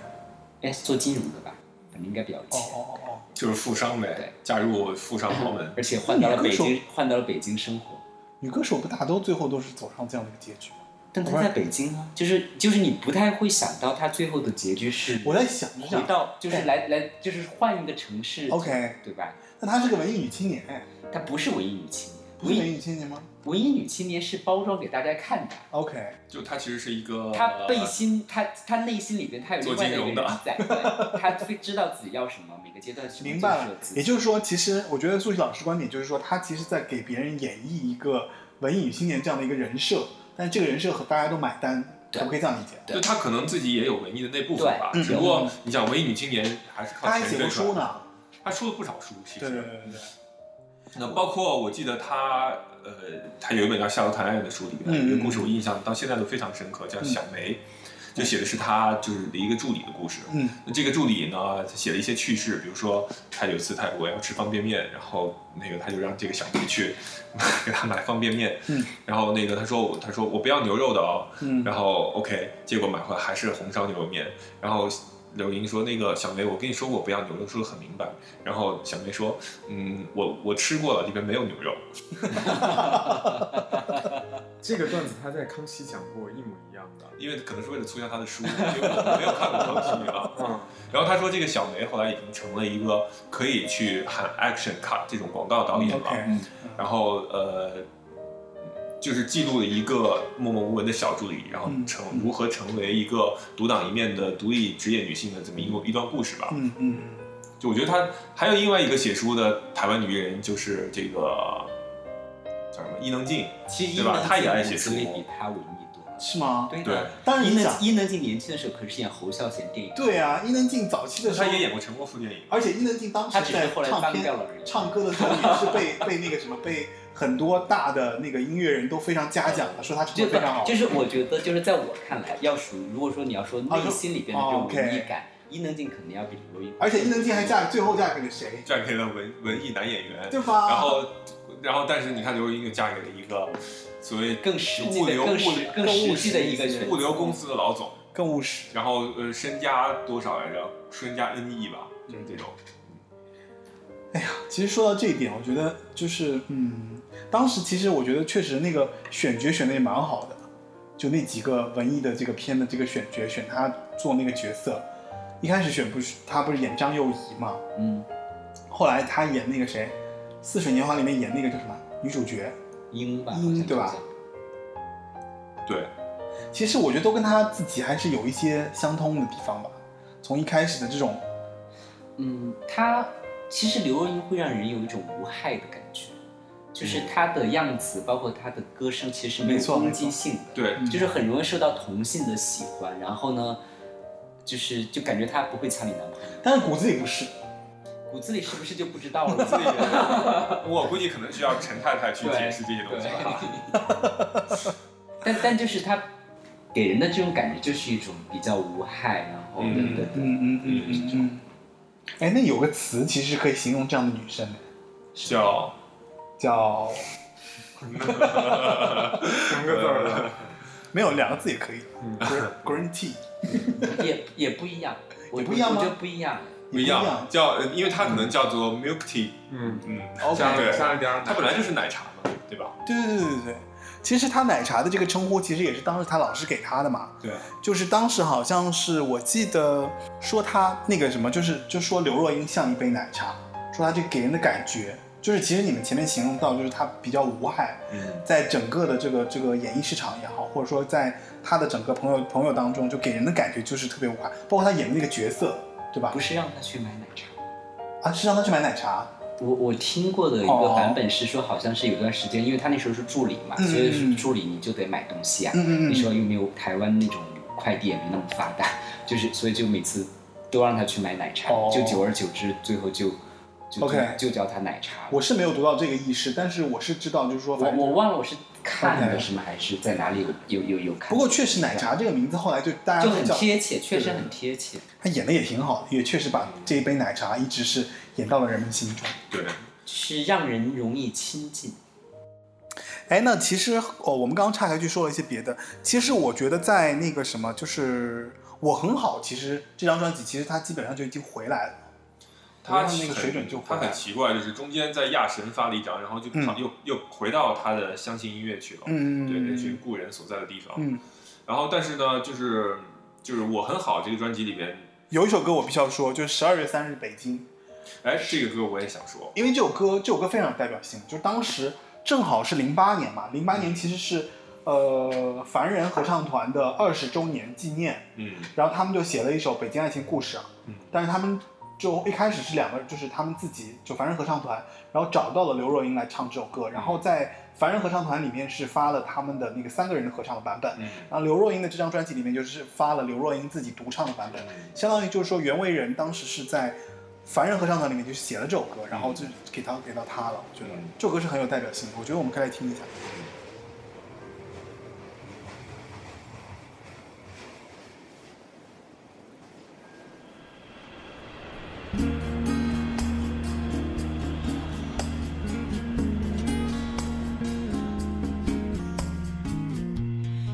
哎，做金融的吧，反正应该比较有
哦
钱。
哦哦
就是富商呗
对，
嫁入富商豪门。
而且换到了北
那你
京，换到了北京生活，
哦，女歌手不大都最后都是走上这样的一个结局吗？
但他在北京啊，就是就是你不太会想到他最后的结局是
我在想是这
回
样
到就是来来就是换一个城市
OK
对吧？
那她是个文艺女青年，
她不是文艺女青
不是
年，
文艺
文艺
女青年吗
文艺女青年是包装给大家看
哦
的，
？OK，
就他其实是
[laughs]
一个
他背心，他他内心里边他有另外的一个人
[laughs]
在，对他最知道自己要什么，每个阶段什么
明
最
白
适合
了。
自
也
己。
就是说，其实我觉得素汐老师观点就是说，她其实在给别人演绎一个文艺女青年这样的一个人设，但这个人设和大家都买单，
对
我可以这样理解。
就他可能自己也有文艺的那部分吧，
对
只不过你想文艺女青年还是靠
她还
钱
写过
挣出来
书
的，
呢，
她出了不少书，其
对对
实。
对对对，
那
嗯
包括我记得她呃，她有一本叫《下楼谈恋爱》的书里面，
嗯
有一个故事我印象到现在都非常深刻，叫《小梅》，就写的是她就是一个助理的故事。
嗯
那这个助理呢，他写了一些趣事，比如说他有一次他我要吃方便面，然后那个他就让这个小梅去 [laughs] 给他买方便面，
嗯，
然后那个他说我他说我不要牛肉的哦，
嗯
然后 OK，结果买回来还是红烧牛肉面，然后。柳莹说：“那个小梅，我跟你说过不要牛肉，说的很明白。”然后小梅说：“嗯，我我吃过了，里面没有牛肉。
这个段子他在康熙讲过一模一样的。”
因为可能是为了促销她的书，因为我没有看过《康熙》啊。
嗯，
然后他说，这个小梅后来已经成了一个可以去喊 action cut 这种广告导演了。
，OK，
嗯
然后呃，就是记录了一个默默无闻的小助理，然后
嗯
成如何成为一个独当一面的独立职业女性的这么一个一段故事吧。
嗯嗯
就我觉得她还有另外一个写书的台湾女艺人，就是这个叫什么伊能静，
其实伊
对吧
能
他也
静
爱
骨
写
子
书
里比他文艺多了
嗯，。是吗？
对
对
的，
当然
伊
你想
能，伊能静年轻的时候可是演侯孝贤电影，
对啊，伊能静早期的时
她
候
也演过陈国富电影。
而且伊能静当时
她只是
在
后来
唱
翻
片
掉了而已
唱歌的时候也是被 [laughs] 被那个什么被很多大的那个音乐人都非常嘉奖的，说她唱
就
的非常好。
就是我觉得就是在我看来，要属于如果说你要说
啊
内心里边的这种文艺感，伊能静肯定要比刘亦菲
哦而且伊能静还嫁最后嫁给了谁？
嫁给了文文艺男演员，
对吧
然后，然后，但是你看刘若英就嫁给了一个所谓
更实际
物
的、
流
更
物
实、更实际的一个选择
物流公司的老总，
更务实。
然后呃身家多少来着？身家 N 亿吧，就是这种。
其实说到这一点，我觉得就是嗯，当时其实我觉得确实那个选角选的也蛮好的，就那几个文艺的这个片的这个选角选她做那个角色，一开始选不是她不是演张幼仪嘛，
嗯，
后来她演那个谁，《似水年华》里面演那个叫什么女主角，
英吧，
英
好像
对吧
叫做
对，
其实我觉得都跟他自己还是有一些相通的地方吧。从一开始的这种
嗯，他其实刘若英会让人有一种无害的感觉，就是她的样子，包括她的歌声，其实
嗯
没
没
有
错
攻击性的， [laughs]
对
嗯
就是很容易受到同性的喜欢，然后呢，就是就感觉她不会抢你男朋友，
但是骨子里不是，
骨子里是不是就不知道了？
自己人我估计可能需要陈太太去
对
解释这些东西吧。
[laughs] 但但就是他给人的这种感觉就是一种比较无害，然后
嗯
对对对，
嗯嗯嗯嗯嗯。哎，那有个词其实可以形容这样的女生，
叫
叫
[laughs]
三嗯个字儿了，
没有两个字也可以，green tea。
也也不一样，我
也不一样
我
吗
觉得不一样。嗯
不
一
一
样
样，叫呃因为它可能叫做 milk tea，
嗯，
嗯，
OK
加
对
了加了点儿奶，
它本来就是奶茶嘛，对吧？
对对对对对对，其实他奶茶的这个称呼其实也是当时他老师给他的嘛，
对，
就是当时好像是我记得说他那个什么，就是就说刘若英像一杯奶茶，说她这给人的感觉，就是其实你们前面形容到，就是她比较无害，
嗯，
在整个的这个这个演艺市场也好，或者说在她的整个朋友朋友当中，就给人的感觉就是特别无害，包括她演的那个角色，对吧
不？是让他去买奶茶，
啊，是让她去买奶茶，
我我听过的一个
哦
版本是说，好像是有段时间，因为他那时候是助理嘛，
嗯
所以是
嗯
助理你就得买东西啊。
嗯嗯
那时
嗯，
候又没有台湾那种快递也没那么发达，就是所以就每次都让他去买奶茶，
哦
就久而久之，最后就就就
OK
就叫他奶茶了。
我是没有读到这个意识，但是我是知道，就是说
我
反正
我忘了我是看
OK
的什么还是在哪里有有有有看。
不过确实，奶茶这个名字后来就大家
就
都
很
叫，
贴切，确实很贴切。
他演的也挺好，也确实把这一杯奶茶一直是演到了人们心中。
对，
是让人容易亲近。
哎，那其实哦，我们刚刚岔开去说了一些别的。其实我觉得在那个什么，就是我很好，其实这张专辑其实它基本上就已经回来了，
它
那个水准就回
它
来
很
了。
奇怪，就是中间在亚神发了一张，然后就
嗯
又又回到他的相信音乐去了，
嗯
对，那群故人所在的地方。
嗯，
然后但是呢，就是就是我很好这个专辑里边，
有一首歌我必须要说，就是十二月三日北京，
哎，这个歌我也想说，
因为这首歌这首歌非常有代表性，就当时正好是零八年嘛，零八年其实是呃凡人合唱团的二十周年纪念。
嗯
然后他们就写了一首《北京爱情故事》啊，
嗯
但是他们就一开始是两个人，就是他们自己就凡人合唱团，然后找到了刘若英来唱这首
嗯
歌，然后在凡人合唱团里面是发了他们的那个三个人的合唱的版本，
嗯
然后刘若英的这张专辑里面就是发了刘若英自己独唱的版本，
嗯
相当于就是说袁惟仁当时是在凡人合唱团里面就是写了这首歌，然后就给他给到他了，我觉得
嗯
这首歌是很有代表性的，我觉得我们可以来听一下。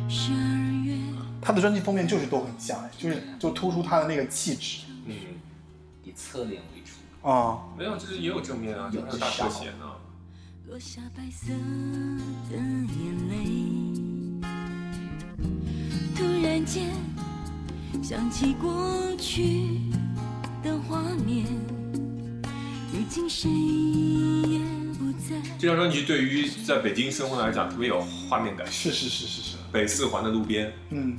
十二月
他的专辑封面就是都很像，哎就是就突出他的那个气质
嗯，
以侧脸为主，
啊、
没有，哎就是也有正面啊，就是还有大特写呢。
落下白色的眼泪，突然间想起过去的画面，如今谁也不在。
这张专辑对于在北京生活来讲特别有画面感，
是是是是是，
北四环的路边，
嗯，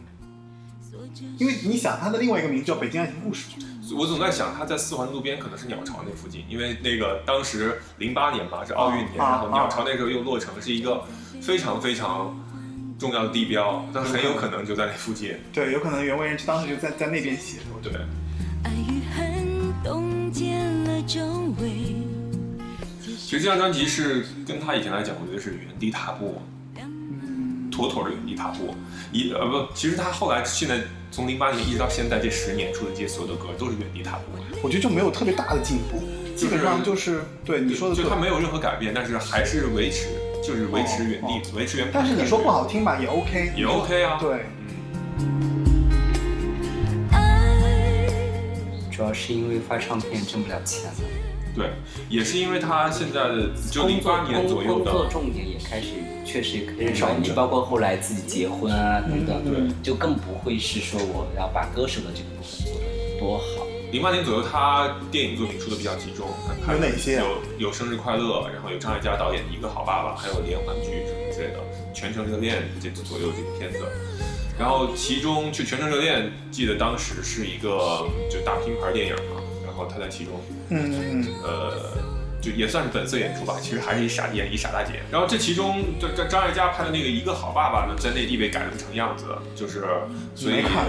因为你想，它的另外一个名字叫《北京爱情故事》嘛，
我总在想，他在四环路边可能是鸟巢那附近，因为那个当时零八年嘛是奥运年，
啊啊
然后鸟巢那时候又落成是一个非常非常重要的地标，但很有可能就在那附近。
对，有可能袁惟仁当时就在在那边写的，我觉
对
得。，
爱与恨冻结了周围。
其实这张专辑是跟他以前来讲，我觉得是原地踏步，
嗯
妥妥的原地踏步。一呃不，其实他后来现在从零八年一直到现在这十年出的这些所有的歌都是原地踏步，
我觉得就没有特别大的进步，基本上就是对你说的
就
对
他。没有任何改变，但是还是维持，就是维持原地，维持原
哦
本。
但是你说不好听吧，也 OK，
也 OK 啊，
对，
嗯。
主要是因为发唱片挣不了钱了，
对，也是因为他现在的就零八年左右
工作
的，
重点也开始确实很少，你包括后来自己结婚啊等等，
嗯
就更不会是说我要把歌手的这个部分做得多好。
零八年左右他电影作品出的比较集中，他
有哪些啊
有有《生日快乐》，然后有张艾嘉导演的《一个好爸爸》，还有《连环剧》什么之类的，《全程热恋》这左右这个片子。然后其中就《全程热恋》，记得当时是一个就大拼盘电影嘛，然后后他在其中，
嗯嗯
呃，就也算是本色演出吧，其实还是一傻演一傻大姐。然后这其中，这这张艾嘉拍的那个《一个好爸爸》呢，在内地被改了不成样子，就是所以呃
没看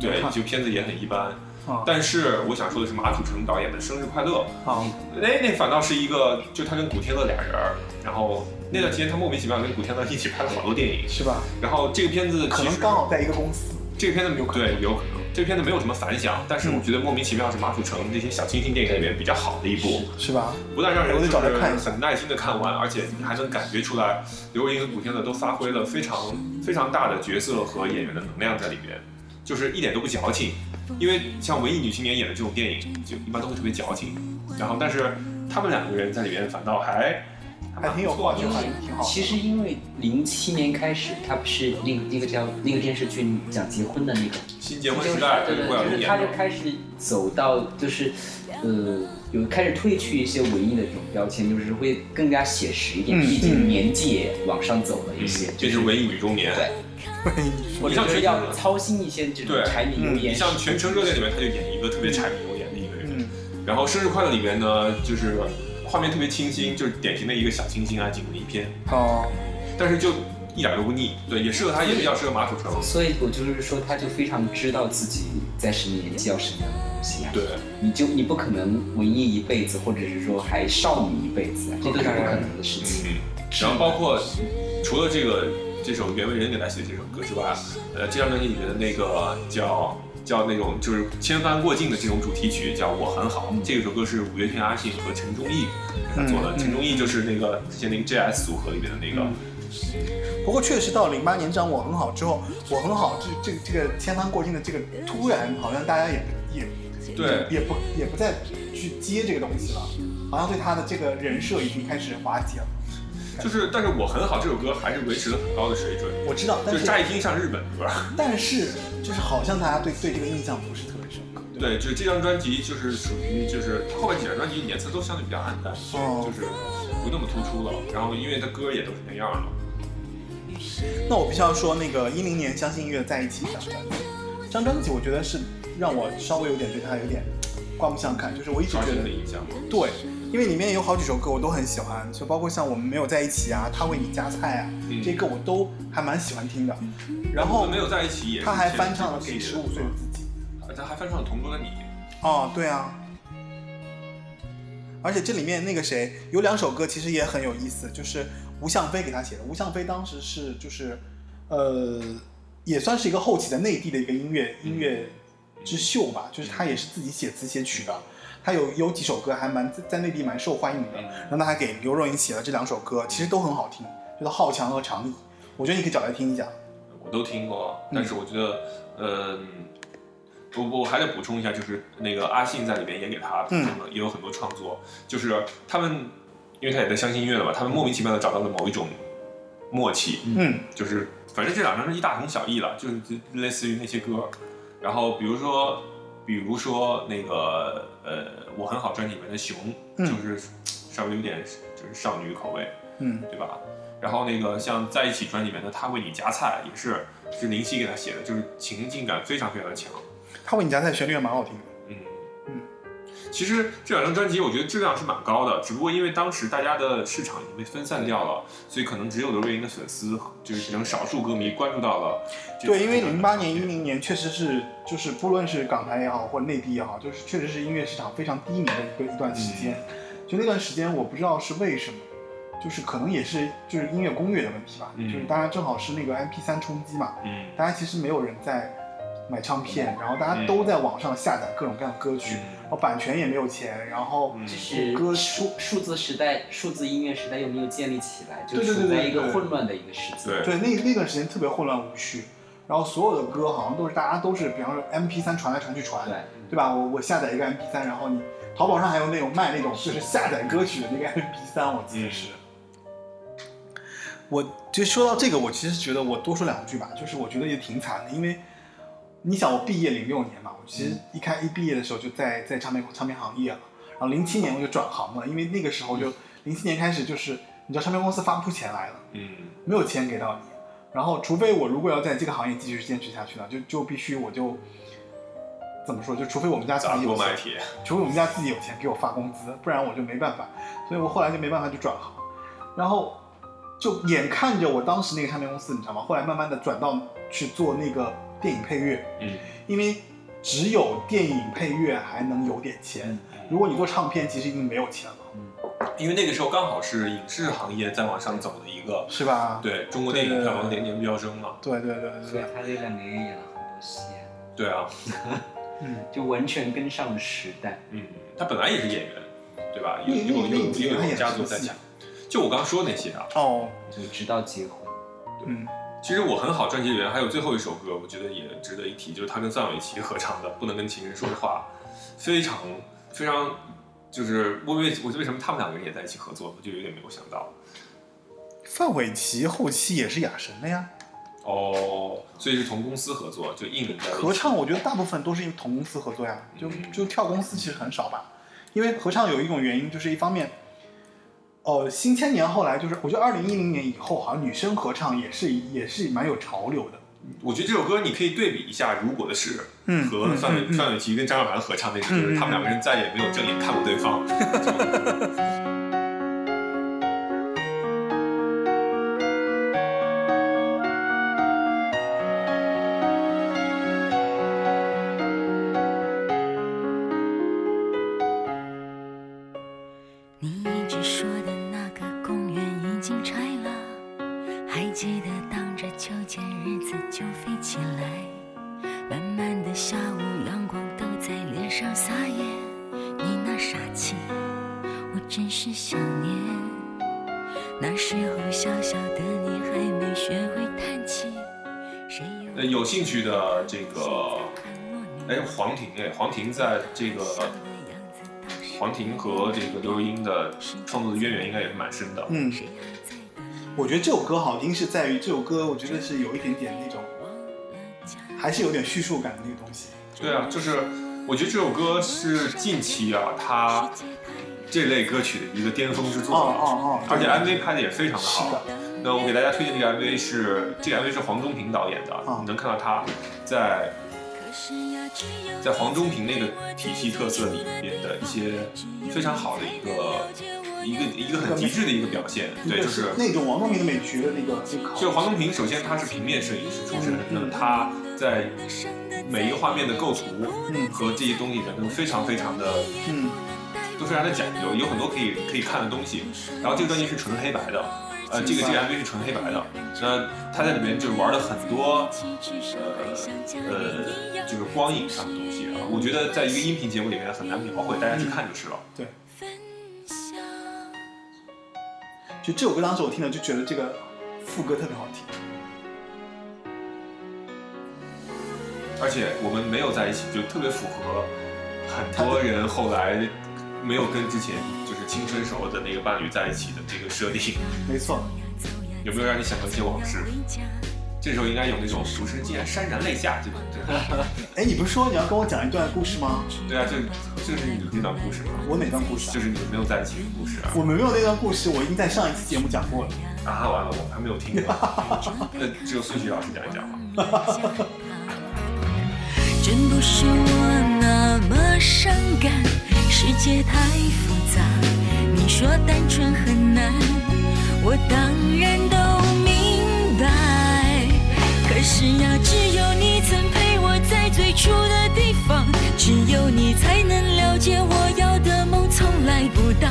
对
没，看
就片子也很一般。
哦
但是我想说的是，马楚成导演的《生日快乐》，
好，
那那反倒是一个，就他跟古天乐俩人儿，然后那段时间他莫名其妙跟古天乐一起拍了好多电影，
是吧？
然后这个片子
可
其
能
实
刚好在一个公司。
这个片子没有对有可能，这个片子没有什么反响，但是
嗯
我觉得莫名其妙是马楚成这些小清新电影里面比较好的一部，
是吧？
不但让人
我得
就
找
是
来看一下
很耐心的看完，而且你还能感觉出来刘若英和古天乐都发挥了非常非常大的角色和演员的能量在里边，就是一点都不矫情，因为像文艺女青年演的这种电影就一般都会特别矫情，然后但是他们两个人在里面反倒还
还挺有话剧感，挺好。
其实因为零七年开始，他不是那个那个叫那个电视剧讲结婚的那个，
新结婚时代
对
跟郭晓
就
东
是
演
他
的
就。开始走到就是，呃，有开始褪去一些文艺的这种标签，就是会更加写实一
嗯
点，毕竟年纪也往上走了一
嗯
些，
这
就是
是文艺女中年。
对我
你
觉
像
得
全
要操心一些这种
对嗯
柴米油
你
盐。
像《全程热恋》里面，他就演一个特别柴米油盐的一个人。
嗯
然后《生日快乐》里面呢，就是画面特别清新，就是典型的一个小清新啊爱情文艺片，
哦，
但是就一点都不腻。对，也适合他，也比较适合马楚成。
所以我就是说，他就非常知道自己在什么年纪要什么样的东西啊。
对，
你就你不可能文艺一辈子，或者是说还少女一辈子啊，这都是不可能的事情。
嗯。然后包括除了这个这首袁惟仁给他写的这首歌之外，呃，这张专辑里面的那个叫。叫那种就是千帆过境的这种主题曲，叫《我很好》。这首歌是五月天阿信和陈忠义给他做的。
嗯嗯
陈忠义就是那个之前那个 JS 组合里面的那个，
不过确实到零八年这张《我很好》之后，《我很好》这这这个千帆过境的这个突然，好像大家也不也
对
也不也不再去接这个东西了，好像对他的这个人设已经开始瓦解了。
就是，但是我很好，这首歌还是维持了很高的水准，
我知道，但
就是
是
乍一听像日本歌。
但是就是好像大家对对这个印象不是特别深刻。吧
对，就是这张专辑就是属于就是后面几张专辑颜色都相对比较暗淡，
哦
就是不那么突出了。然后因为他歌也都是那样了。
那我必须要说那个一零年《相信音乐在一起》这张专辑，这张专辑我觉得是让我稍微有点对他有点刮目相看，就是我一直
刷
觉
新
得
的印象吗？
对，因为里面有好几首歌我都很喜欢，就包括像我们没有在一起啊，他为你夹菜啊，
嗯
这些歌我都还蛮喜欢听的。然
我
后
们没有在一起也是
他还
前
翻唱了《
前
给
几
十
个
五岁的自己》。
他还翻唱了《同桌的你》。
哦，对啊。而且这里面那个谁有两首歌其实也很有意思，就是吴向飞给他写的。吴向飞当时是就是，呃，也算是一个后起的内地的一个音乐音乐之秀吧，就是他也是自己写词写曲的。他有有几首歌还蛮在内地蛮受欢迎的，然后他还给刘若英写了这两首歌，其实都很好听，就是《好强》和《长椅》，我觉得你可以找来听一下。
我都听过，啊但是我觉得，嗯，我我还得补充一下，就是那个阿信在里面也给他
嗯
做了也有很多创作，就是他们，因为他也在相信音乐了嘛，他们莫名其妙的找到了某一种默契，
嗯，
就是反正这两张是一大同小异了，就是就类似于那些歌，然后比如说，比如说那个呃，我很好专辑里面的熊，
嗯
就是稍微有点就是少女口味，
嗯，
对吧？然后那个像在一起专辑里面的他为你夹菜也是是林夕给他写的，就是情境感非常非常的强。
他为你夹菜旋律也蛮好听的。
嗯
嗯，
其实这两张专辑我觉得质量是蛮高的，只不过因为当时大家的市场已经被分散掉了，所以可能只有刘若英的粉丝就是只能少数歌迷关注到了这个。
对，因为零八年、一零年确实是，就是不论是港台也好，或者内地也好，就是确实是音乐市场非常低迷的一个一段
嗯
时间。就那段时间，我不知道是为什么，就是可能也是就是音乐攻略的问题吧，
嗯
就是大家正好是那个 MP 3冲击嘛，
嗯
大家其实没有人在买唱片，然后大家
嗯
都在网上下载各种各样的歌曲，然后版权也没有钱，然后
嗯
这是
歌
数数字时代、数字音乐时代又没有建立起来，就
对对对
处在
对
一个
对
混乱的一个时期。
对
对，那那段时间特别混乱无序，然后所有的歌好像都是大家都是，比方说 M P 3传来传去传，
对
对吧？我我下载一个 M P 3然后你淘宝上还有那种卖那种就是下载歌曲的那个 M P 3我记得是。我就说到这个，我其实觉得我多说两句吧，就是我觉得也挺惨的，因为你想我毕业零六年嘛，我其实一开一毕业的时候就在在唱片唱片行业了，然后零七年我就转行了，因为那个时候就零七年开始就是你知道唱片公司发不出钱来了。
嗯
没有钱给到你。然后，除非我如果要在这个行业继续坚持下去呢，就就必须我就怎么说，就除非我们家自
咋
己有
多买
钱，
铁？
除非我们家自己有钱给我发工资，不然我就没办法。所以我后来就没办法就转行，然后就眼看着我当时那个唱片公司，你知道吗？后来慢慢的转到去做那个电影配乐，
嗯，
因为只有电影配乐还能有点钱，如果你做唱片，其实已经没有钱了，
因为那个时候刚好是影视行业在往上走的一个，
是吧？
对中国电
对
影
对
票房
对
年年飙升嘛。
对对对对
所以
对，
他这两年也演了很多戏啊，
对啊，
嗯。
就完全跟上时代。
嗯，他本来也是演员，对吧？有
你
有
你
有
你
有
他
有
演
家
什
族
么
在
戏
讲
啊？，
就我刚刚说那些啊。
哦，
就直到结婚，
嗯，
其实我很好专辑里面还有最后一首歌，我觉得也值得一提，就是他跟范玮琪合唱的《不能跟情人说的话》，非常非常，就是我为我为什么他们两个人也在一起合作，我就有点没有想到
范玮琪后期也是雅神的呀，
哦，所以是同公司合作，就艺人在一起
合唱我觉得大部分都是同公司合作呀，就
嗯
就跳公司其实很少吧，因为合唱有一种原因就是一方面，呃，新千年后来就是我觉得二零一零年以后好像女生合唱也是也是蛮有潮流的，
我觉得这首歌你可以对比一下《如果的事》
嗯
和
嗯
范玮、
嗯嗯
范玮琪跟张韶涵合唱那首歌，
嗯嗯
他们两个人再也没有正眼看过对方。
你一直说的那个公园已经拆了，还记得荡着秋千，日子就飞起来。慢慢的下午，阳光都在脸上撒野，你那傻气，我真是想念。那时候小小的你还没学会叹气，谁
呃，有兴趣的这个，哎，黄婷哎，黄婷在这个黄婷和这个刘若英的创作的渊源应该也是蛮深的。
嗯，我觉得这首歌好听是在于这首歌我觉得是有一点点那种，还是有点叙述感的那个东西，
对啊，就是我觉得这首歌是近期啊，他这类歌曲的一个巅峰之
哦
作。
哦哦，
而且
对
MV 拍的也非常的
是
好
的，，
那我给大家推荐这个 MV 是这个 MV 是黄宗平导演的，
啊
你能看到他在呃在黄宗平那个体系特色里面的一些非常好的一个一个一个很极致的一个表现。对，
一
就
个
是
那种王东明的美学的那个那个考
就黄宗平，首先他是平面摄影师出
嗯
身，那么他在每一个画面的构图
嗯
和这些东西呢，都非常非常的
嗯
都非常的讲究，有很多可以可以看的东西。然后这个专辑是纯黑白的，呃，这个这个 MV 是纯黑白的。那他在里面就是玩了很多呃呃，就是光影上的东西啊。我觉得在一个音频节目里面很难描绘，大家去看就是了。
对。就这首歌当时我听了就觉得这个副歌特别好听，
而且我们没有在一起，就特别符合很多人后来没有跟之前就是青春时候的那个伴侣在一起的这个设定，
没错，
有没有让你想到一些往事？这时候应该有那种浮世竟然潸然泪下这种这种。
哎，你不是说你要跟我讲一段故事吗？
对啊，就就是你这段故事嘛，
我哪段故事啊
就是你们没有在一起的故事啊。
我们没有那段故事，我已经在上一期节目讲过了。
啊，完了，我还没有听过。那只有孙旭老师讲一讲吧。
真不是我那么伤感，世界太复杂。你说单纯很难，我当然都明白。可是呀，只有你曾陪我在最初的地方，只有你才能了解我要的梦从来不大。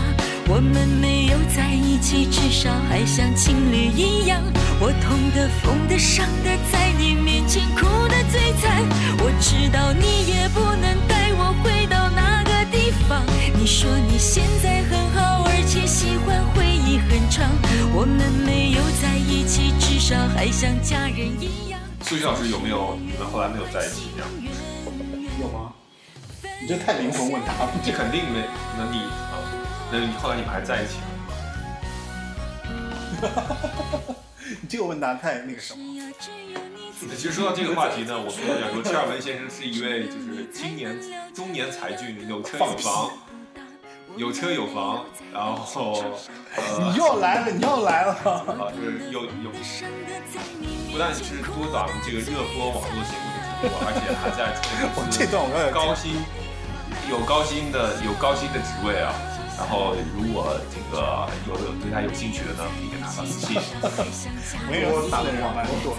我们没有在一起，至少还像情侣一样。我痛的、疯的、伤的，在你面前哭的最惨。我知道你也不能带我回到那个地方。你说你现在很好，而且喜欢回忆很长。我们没有在一起，至少还像家人一样。
苏旭老师有没有你们后来没有在一起这样？
有吗？你这太灵魂问答了。
这肯定没。那你啊，那你后来你们还在一起吗？
你这个问答太那个什么。
那其实说到这个话题呢，我们要讲说，车尔文先生是一位就是青年中年才俊，有车有房，有车有房，然后
你 [laughs]
呃
又来了，你又来了。
啊，就是有有，不但是多档这个热播网络节目的主我，而且还在 [laughs]
我这段我要有
高薪，有高薪的有高薪的职位啊。然后如果这个有有对他有兴趣的呢，可以给他发私信。
我也有打脸人来说。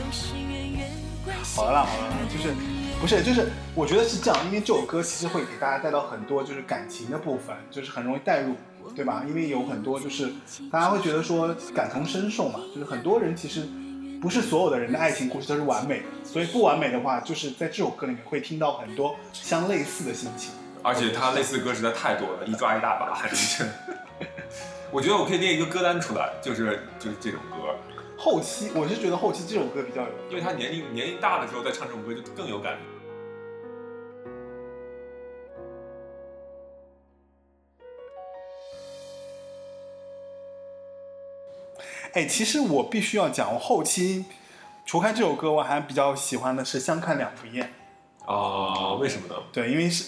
好了啦，好了啦，就是不是就是，我觉得是这样，因为这首歌其实会给大家带到很多就是感情的部分，就是很容易带入，对吧？因为有很多就是大家会觉得说感同身受嘛，就是很多人其实不是所有的人的爱情故事都是完美的，所以不完美的话，就是在这首歌里面会听到很多相类似的心情。
而且他类似的歌实在太多了，一抓一大把，真是。 [laughs] 我觉得我可以列一个歌单出来，就是就是这种歌，
后期我是觉得后期这首歌比较有，
因为他年龄年龄大的时候再唱这种歌就更有感觉。
哎，其实我必须要讲，我后期除开这首歌，我还比较喜欢的是《相看两不厌》。
啊、为什么呢？
对，因为是，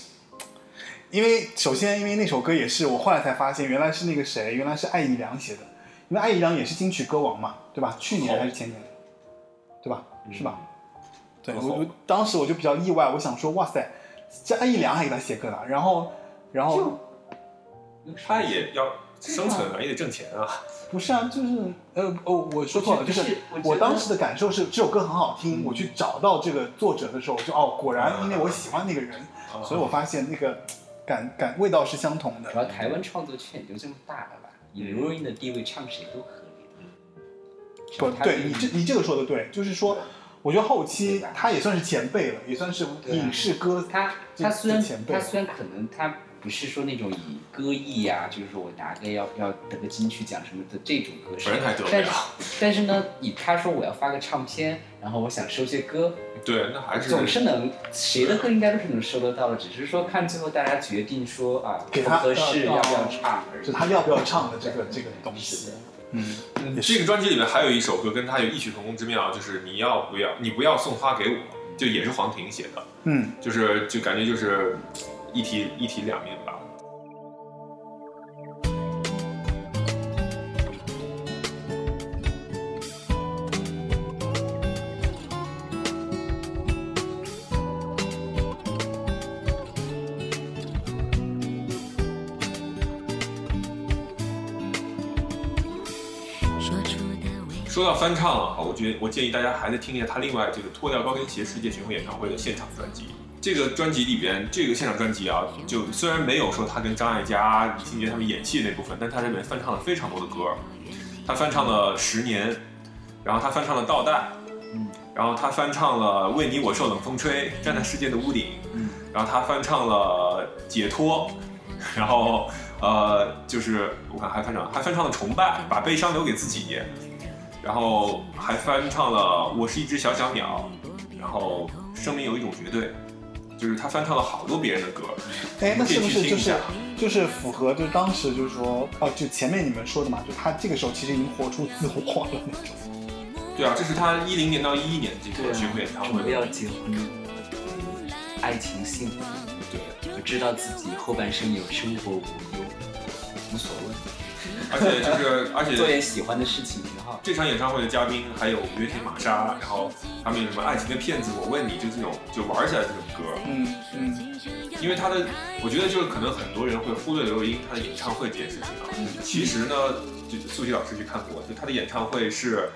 因为首先，因为那首歌也是我后来才发现，原来是那个谁，原来是艾怡良写的，因为艾怡良也是金曲歌王嘛，对吧？去年还是前年，对吧？是吧？对，我我当时我就比较意外，我想说，哇塞，这艾怡良还给他写歌呢，然后，然后
他也要生存啊，也得挣钱啊。
不是啊，就是呃哦，我说错了，就是我当时的感受是这首歌很好听，我去找到这个作者的时候，就哦，果然因为我喜欢那个人，
嗯
所以我发现那个感感味道是相同的。
主要台湾创作圈就这么大了吧？以刘若英的地位，唱谁都合理。
不对，你这你这个说的对，就是说，我觉得后期他也算是前辈了，也算是影视歌
他他虽然
前辈，
他虽然可能他。不是说那种以歌艺呀、啊，就是说我拿个要要得个金曲奖什么的这种歌手，
啊
但是但是呢，以他说我要发个唱片，然后我想收些歌，
对，那还是
总是能谁的歌应该都是能收得到的，只是说看最后大家决定说啊，
给
合
他
合
呃
适
要
不要唱而已，
是他要不要唱的这个这个东西。嗯，
这个专辑里面还有一首歌跟他有异曲同工之妙，就是你要不要你不要送花给我，就也是黄婷写的，
嗯，
就是就感觉就是。一体一体两面吧。说到翻唱啊，我觉得我建议大家还是听一下他另外这个脱掉高跟鞋世界巡回演唱会的现场专辑。这个专辑里边，这个现场专辑啊，就虽然没有说他跟张艾嘉、李心洁他们演戏那部分，但他这里面翻唱了非常多的歌。他翻唱了《十年》，然后他翻唱了《倒带》，然后他翻唱了《为你我受冷风吹》，站在世界的屋顶，然后他翻唱了《解脱》，然后呃，就是我看还翻唱还翻唱了《崇拜》，把悲伤留给自己，然后还翻唱了《我是一只小小鸟》，然后生命有一种绝对。就是他翻唱了好多别人的歌，
哎，那是不是
你可以去
就
听一
是
下
就是符合就是当时就是说哦，就前面你们说的嘛，就他这个时候其实已经活出自我了那种。
对啊，这是他一零年到一一年这个巡回演唱
准备
会，
要结婚，爱情幸福，
对，
我知道自己后半生有生活无忧，无所谓，
而且就是而且
做点喜欢的事情挺好。
这场演唱会的嘉宾还有约铁玛莎，然后他们有什么爱情的骗子，我问你就这种就玩起来这种歌，
嗯嗯，
因为他的我觉得就是可能很多人会忽略刘若英她的演唱会这件事情啊，
嗯
其实呢，就素汐老师去看过，就她的演唱会是。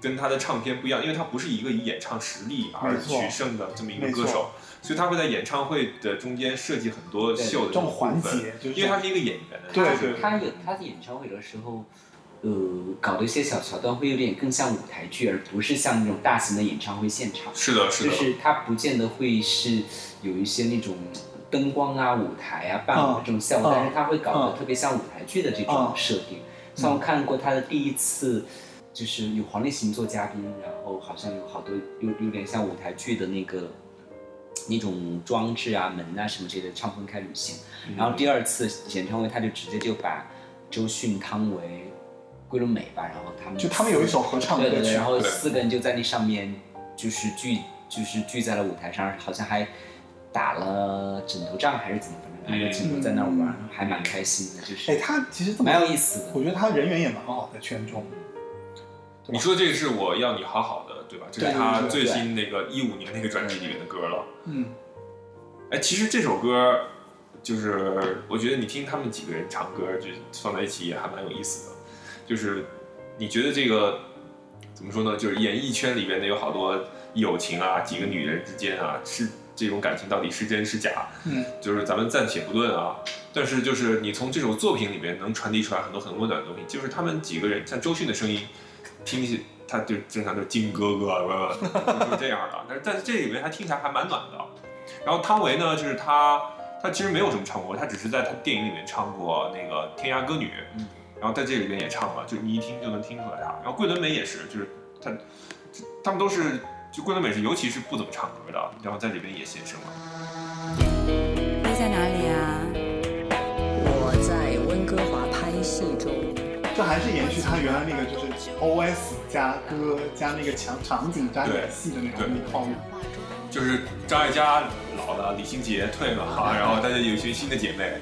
跟她的唱片不一样，因为她不是一个以演唱实力而
没错
取胜的这么一个
没
歌
错
手，所以她会在演唱会的中间设计很多
对
秀的
这
这种
种环
部分
节就是
因为他是一个演员，
对
就是
对对
他有他的演唱会的时候，呃，搞的一些小桥段会有点更像舞台剧，而不是像那种大型的演唱会现场。
是的，是
就
的，
是它不见得会是有一些那种灯光啊、舞台啊、伴舞
嗯
这种项目，
嗯
但是它会搞
嗯
得特别像舞台剧的这种
嗯
设定。像我看过他的第一次，就是有黄立行做嘉宾，然后好像有好多有有点像舞台剧的那个那种装置啊、门啊什么之类的，唱分开旅行。
嗯
然后第二次演唱会，他就直接就把周迅、汤唯、桂纶镁吧，然后他们
就他们有一首合唱
对
歌
对对，
曲
然，后
对
四个人就在那上面，就是聚，就是聚在了舞台上，好像还打了枕头仗还是怎么，反正拿个枕头在那儿玩，还蛮开心的，就
嗯哎，
是
他其实这么
蛮有意思的。
我觉得他人缘也蛮好的，圈中。
你说这个是我要你好好的了，对吧？这是
对
他
对
最
对
新那个一五年那个专辑里面的歌了。
嗯，
哎，其实这首歌就是我觉得你听他们几个人唱歌，就放在一起也还蛮有意思的。就是你觉得这个怎么说呢？就是演艺圈里面的有好多友情啊，几个女人之间啊，是这种感情到底是真是假？
嗯，
就是咱们暂且不论啊。但是就是你从这首作品里面能传递出来很多很温暖的东西，就是他们几个人，像周迅的声音，听起他就经常就金哥哥啊，不不 [laughs] 不就是这样的。但是但是这里面他听起来还蛮暖的。啊然后汤唯呢，就是他他其实没有什么唱过，他只是在他电影里面唱过那个《天涯歌女》，
嗯
然后在这里面也唱了，就你一听就能听出来他。然后桂纶镁也是，就是他他们都是就桂纶镁是尤其是不怎么唱歌的，然后在里面也现身了。
你在哪里啊？我在温哥华拍戏中。
这还是延续他原来那个就是 OS 加歌加那个场场景加演戏的那种套路。
就是张艾嘉老了，李心洁退了哈，然后大家有一群新的姐妹，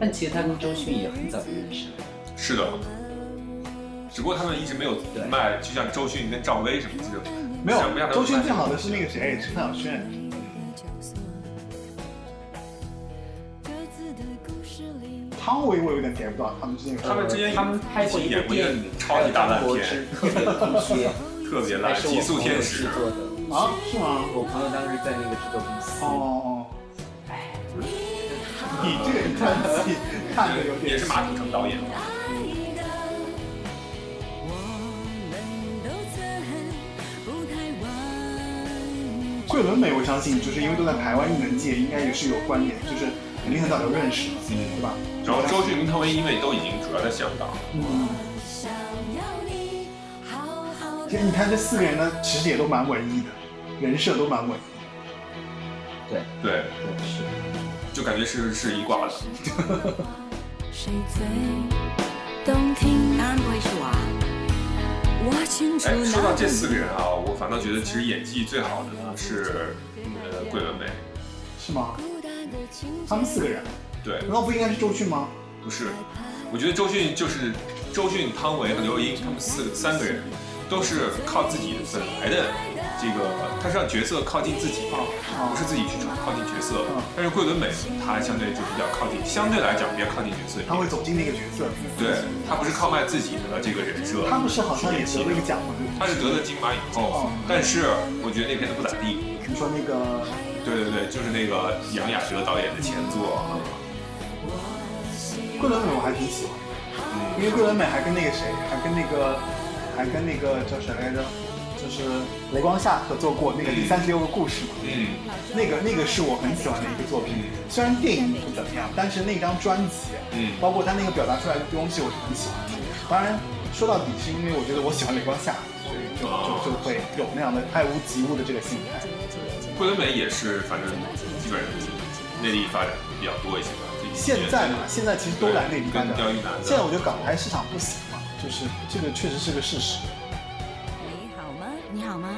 但其实他跟周迅也很早就认识了。
是的，只不过他们一直没有卖，就像周迅跟赵薇什么这种，
没
像不像
有，
他们
周迅
卖
最好的是那个谁，哎陈小轩。汤唯我有点 get 不到他们之间有什么。
他们之间
他们拍过一部电影，
超级大烂片
还有张柏芝
[laughs] 特别
特别烂，
烂，
还是我
极速
朋友
天
制
使。
作的
啊，是吗？
我朋友当时在那个制作公司。
哦，哎，你这个专辑看着有点
也是马鼎盛导演嘛。
桂纶镁，我相信就是因为都在台湾艺能界，应该也是有关联，就是肯定很早就认识，
嗯
对吧？
然后周迅跟汤唯因为都已经主要在香港，
嗯，其实你看这四个人的其实也都蛮文艺的，人设都蛮文艺。
对，
是，
就感觉是是一挂的。
谁最动听？
当然不会是我啊。
我清楚
哎，说到这四个
那
人啊，我反倒觉得其实演技最好的呢是呃桂纶镁，
是吗？
孤单的情
他们四个人，
对，
难道不应该是周迅吗？
不是，我觉得周迅就是周迅、汤唯和刘若英他们四个三个人都是靠自己本来的这个，他是让角色靠近自己，不是自己去靠近角色。
嗯
但是桂纶镁她相对就比较靠近，相对来讲比较靠近角色一点
他会走进那个角色，
对他不是靠卖自己的这个人设，
他不是好像也
演
得
技
了
的
一个奖吗？
他是得了金马以后，但是我觉得那片子不咋地。
你说那个
对对对，就是那个杨雅哲导演的前作，
桂纶镁我还挺喜欢的，
嗯
因为桂纶镁还跟那个谁，还跟那个，还跟那个叫谁来着，就是雷光夏合作过那个第三十六个故事嘛。
嗯，
那个那个是我很喜欢的一个作品，虽然电影不怎么样，但是那张专辑，
嗯
包括他那个表达出来的东西，我是很喜欢的。当然，说到底是因为我觉得我喜欢雷光夏，所以就就就会有那样的爱屋及乌的这个心态。
桂纶镁也是，反正基本上内地发展比较多一些吧。这几
现
年
在嘛，现在其实都来内地发展
跟。刁亦男的
现在我觉得港台市场不行嘛，就是这个确实是个事实。
你好吗？
你好吗？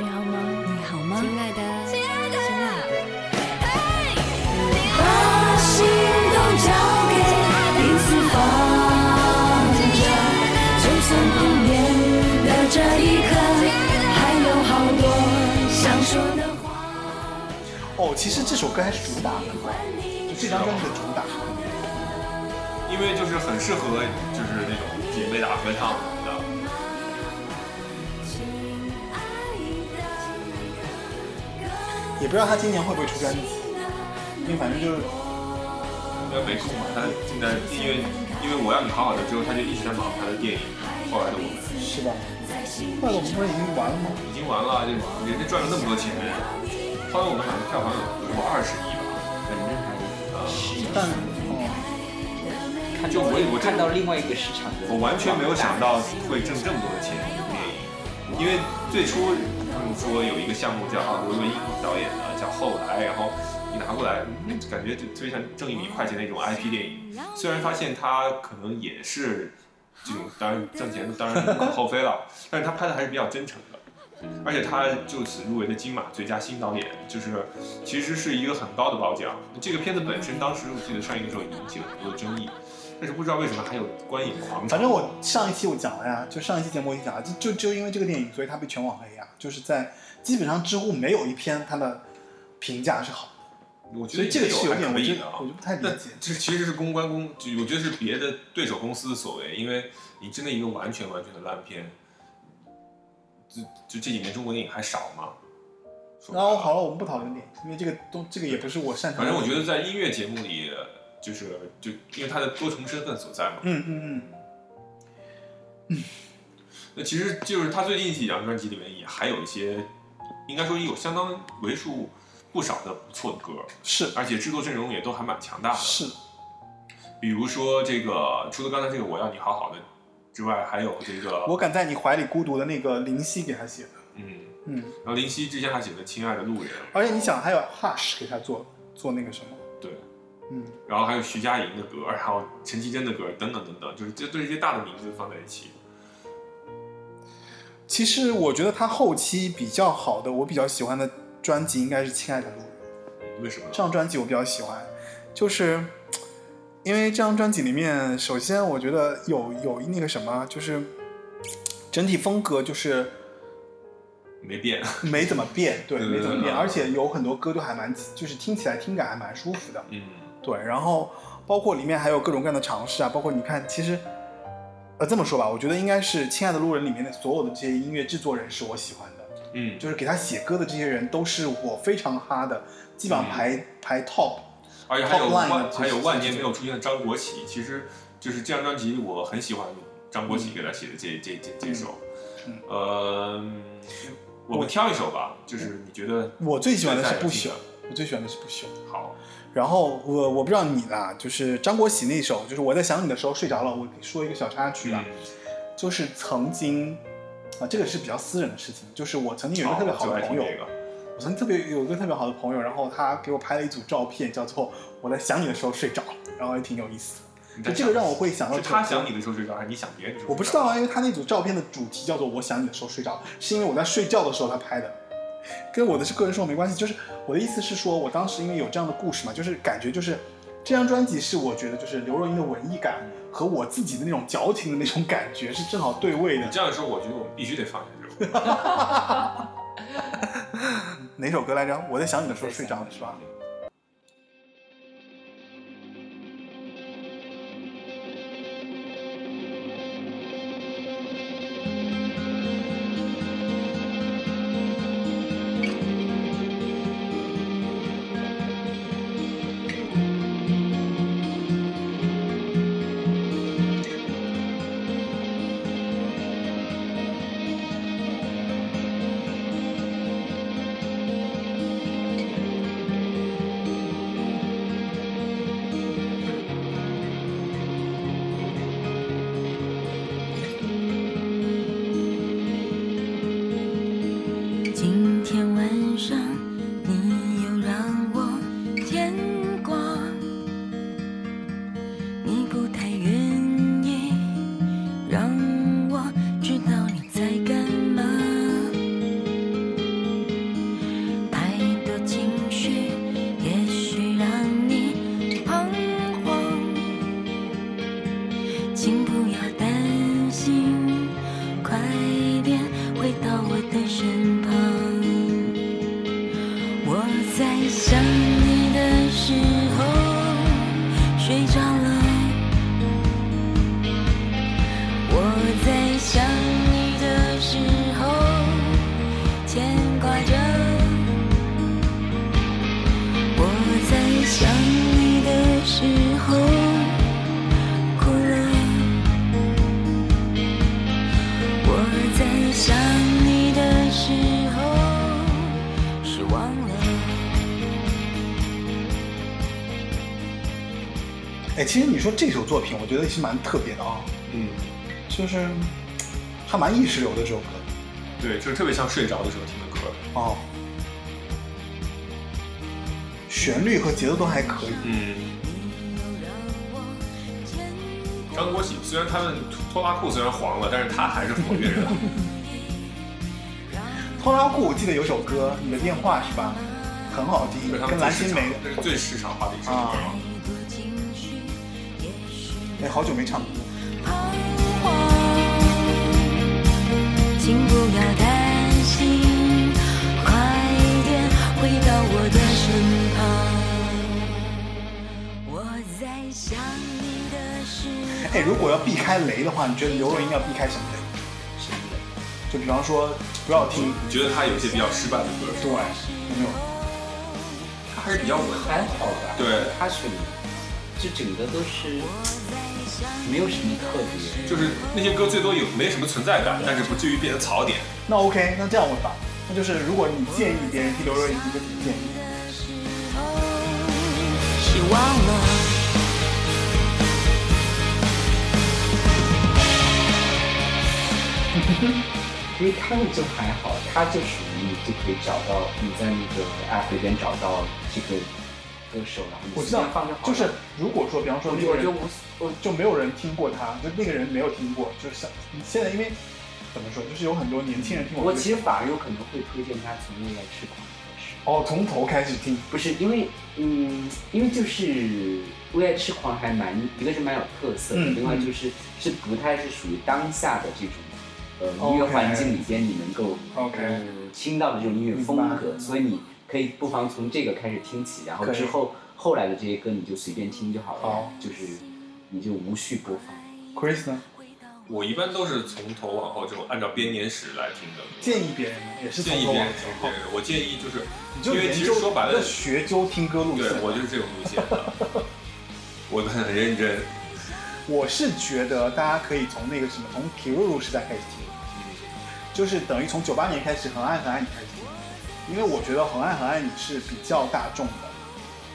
你好吗？
你好吗？
亲爱的，亲爱的，
把心都交给彼此放着，就算不眠的这一刻，还有好多想说的话。
哦，其实这首歌还是主打的，就这张专辑的主打。
因为就是很适合就是那种姐妹大合唱什么的。
也不知道他今年会不会出专辑，因为反正就是
因为没空嘛，他现在因为因为我要你好好的之后，他就一直在忙他的电影。后来的我们
是吧？后来我们不是已经完了吗？
已经完了，就人家赚了那么多钱，后来我们好像票房有过二十亿吧。
反正还是一
但哦，
看
就我也我真
看到另外一个市场的，
我完全没有想到会挣这么多的钱，一部电影，因为最初他们说有一个项目叫啊罗文英导演的叫后来，然后一拿过来，嗯感觉就特别像挣一笔快钱那种 IP 电影。虽然发现他可能也是这种，当然挣钱当然无可厚非了，但是他拍的还是比较真诚的。而且他就此入围了金马最佳新导演，就是其实是一个很高的褒奖。这个片子本身当时我记得上映的时候引起了很多的争议，但是不知道为什么还有观影狂潮。
反正我上一期我讲了呀，就上一期节目我已经讲了，就就就因为这个电影，所以它被全网黑呀，就是在基本上知乎没有一篇它的评价是好的。
我觉
所
得
以这个是有
有
点，我
可
觉得
以
嗯
的啊
我就不太理
但
解。
这其实是公关公，就我觉得是别的对手公司所为，因为你真的一个完全完全的烂片，就就这几年中国电影还少吗？
然后好了，我们不讨论电影，因为这个东这个也不是我擅长
反
的。
正我觉得在音乐节目里，就是就因为它的多重身份所在嘛，
嗯嗯
那其实就是他最近几张专辑里面也还有一些，应该说有相当为数不少的不错的歌，
是，
而且制作阵容也都还蛮强大的，
是。
比如说这个，除了刚才这个我要你好好的之外，还有这个
嗯，我敢在你怀里孤独的那个林夕给他写的，
嗯，
嗯，
然后林夕之前还写的《亲爱的路人
而且你想还有 Hush 给他做做那个什么，》，
对，
嗯，
然后还有徐佳莹的歌，然后陈绮贞的歌等等等等，就是这对这些大的名字放在一起，
其实我觉得他后期比较好的，我比较喜欢的专辑应该是《亲爱的路人》
为什么呢
这？张专辑，我比较喜欢，就是因为这张专辑里面，首先我觉得有有那个什么，就是整体风格就是
没变，
没怎么变，对，
对
没怎么变，
嗯
而且有很多歌都还蛮，就是听起来听感还蛮舒服的，
嗯，
对，然后包括里面还有各种各样的尝试啊，包括你看，其实，呃，这么说吧，我觉得应该是《亲爱的路人》里面的所有的这些音乐制作人是我喜欢的，
嗯，
就是给他写歌的这些人都是我非常哈的，基本上排、
嗯
排 top，
而且还有
Top line
万
的
还有
就是
万年没有出现的张国旗，其实就是这张专辑我很喜欢张国旗给他写的这这这这首
嗯，
呃，我们挑一首吧，就是你觉得
我最喜欢的是不朽
最带有，
我最喜欢的是不朽。
好，
然后我我不知道你啦，就是张国喜那首，就是我在想你的时候睡着了，我说一个小插曲
嗯
啊，就是曾经啊，这个是比较私人的事情，就是我曾经有一个特别好
就
的
爱听
朋友，
这个，
我曾经特别有一个特别好的朋友，然后他给我拍了一组照片，叫做我在想你的时候睡着了，然后也挺有意思的。
你
就
在
这个让我会想到
是
这
他
首歌
想你的时候睡着，还是你想别人的时候？
我不知道啊，，因为他那组照片的主题叫做“我想你的时候睡着”，是因为我在睡觉的时候他拍的，跟我的是个人生活没关系。就是我的意思是说，我当时因为有这样的故事嘛，就是感觉就是这张专辑是我觉得就是刘若英的文艺感和我自己的那种矫情的那种感觉是正好对位
你
的。
这样说，我觉得我们必须得放下
[laughs]
这首歌。
哪首歌来着？我在想你的时候睡着了，是吧？
今天晚上你又让我牵挂，你不太愿意让我知道你在干嘛，太多情绪也许让你彷徨，请不要担心。快点回到我的身旁。我在想你的时候睡着了，我在想你的时候牵挂着，我在想你的时候
哎
哭了。我在想你的时候，是忘了。
哎，其实你说这首作品，我觉得是蛮特别的啊、
嗯，
就是还蛮意识流的这首歌
对，就是特别像睡着的时候听的歌。
哦，旋律和节奏都还可以。
嗯，张国喜虽然他们拖拉裤虽然黄了，但是他还是活跃
[laughs]
着的。
拖拉裤，我记得有首歌《你的电话》是吧？很好听，
这是他
跟
们
蓝啊
最市
心
场
湄，
这是最市场化的一首歌
啊
了。
哎，好久没唱歌。
请不要担心，快点回到我的身旁。我在想你的时候。
哎，如果要避开雷的话，你觉得刘若英要避开什么雷？
什么雷？
就比方说，不要听。
你觉得他有一些比较失败的歌是
对，
吧？
有没有？
他还是比较稳的。
还好吧？
对
他选的这整个都是没有什么特别。
就是那些歌最多有没什么存在感，但是不至于变成槽点。
那 OK，那这样问吧，那就是如果你建议别人听刘若英，你会怎么建议？
是忘了。
[laughs] 因为他们就还好，他就属于你就可以找到你在那个 app 里边找到这个歌手，然后你
我知
随
道
便放就好，了。
就是如果说，比方说
我
那
就
个
我就
人
无我
就没有人听过他，就那个人没有听过，就是像现在因为怎么说，就是有很多年轻人听
我
歌
其实反而有可能会推荐他从那个吃狂开始。
哦，从头开始听，
不是因为，嗯，因为就是《为爱痴狂》还蛮，一个是蛮有特色的，
嗯
另外就是是不太是属于当下的这种，呃，
OK
音乐环境里边你能够
OK
呃听到的这种音乐风
明
格，所以你可以不妨从这个开始听起，然后
可以
之后后来的这些歌你就随便听就好了，
好
就是你就无序播放。
Chris 呢
我一般都是从头往后，这种按照编年史来听的。
建议别人呢也是从
建议
头
别
往
人
前
听，
后
对，我建议就是，
你就
因为
研
其
究
实说白
要
了，
学究听歌路
对
线。
我就是这种路线的，我很认真。
我是觉得大家可以从那个什么，从皮露露时代开始听，就是等于从九八年开始，《很爱很爱你》开始听，因为我觉得《很爱很爱你》是比较大众的，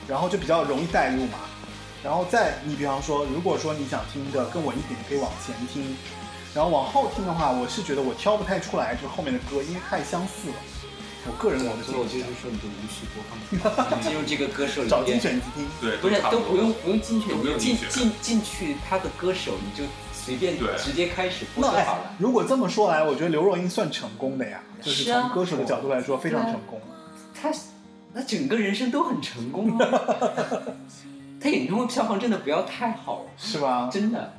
然后就比较容易带入嘛。然后再你比方说，如果说你想听的更稳一点，你可以往前听，然后往后听的话，我是觉得我挑不太出来，就是后面的歌，因为太相似了。我个人我的
所以我就
建
是
议，
说你就无序播
[laughs]
放，你进入这个歌手里
找精
边。
选集听。
对，
不是
差
都
多
不用不用进去，
都不用
你
进
进
去
进进去他的歌手，你就随便
对
直接开始播
那
就好
哎
了，。
如果这么说来，我觉得刘若英算成功的呀，就是
是啊
从歌手的角度来说非常
对啊
成功。
他他整个人生都很成功啊。 [laughs] 他演唱会票房真的不要太好，
是吧？
真的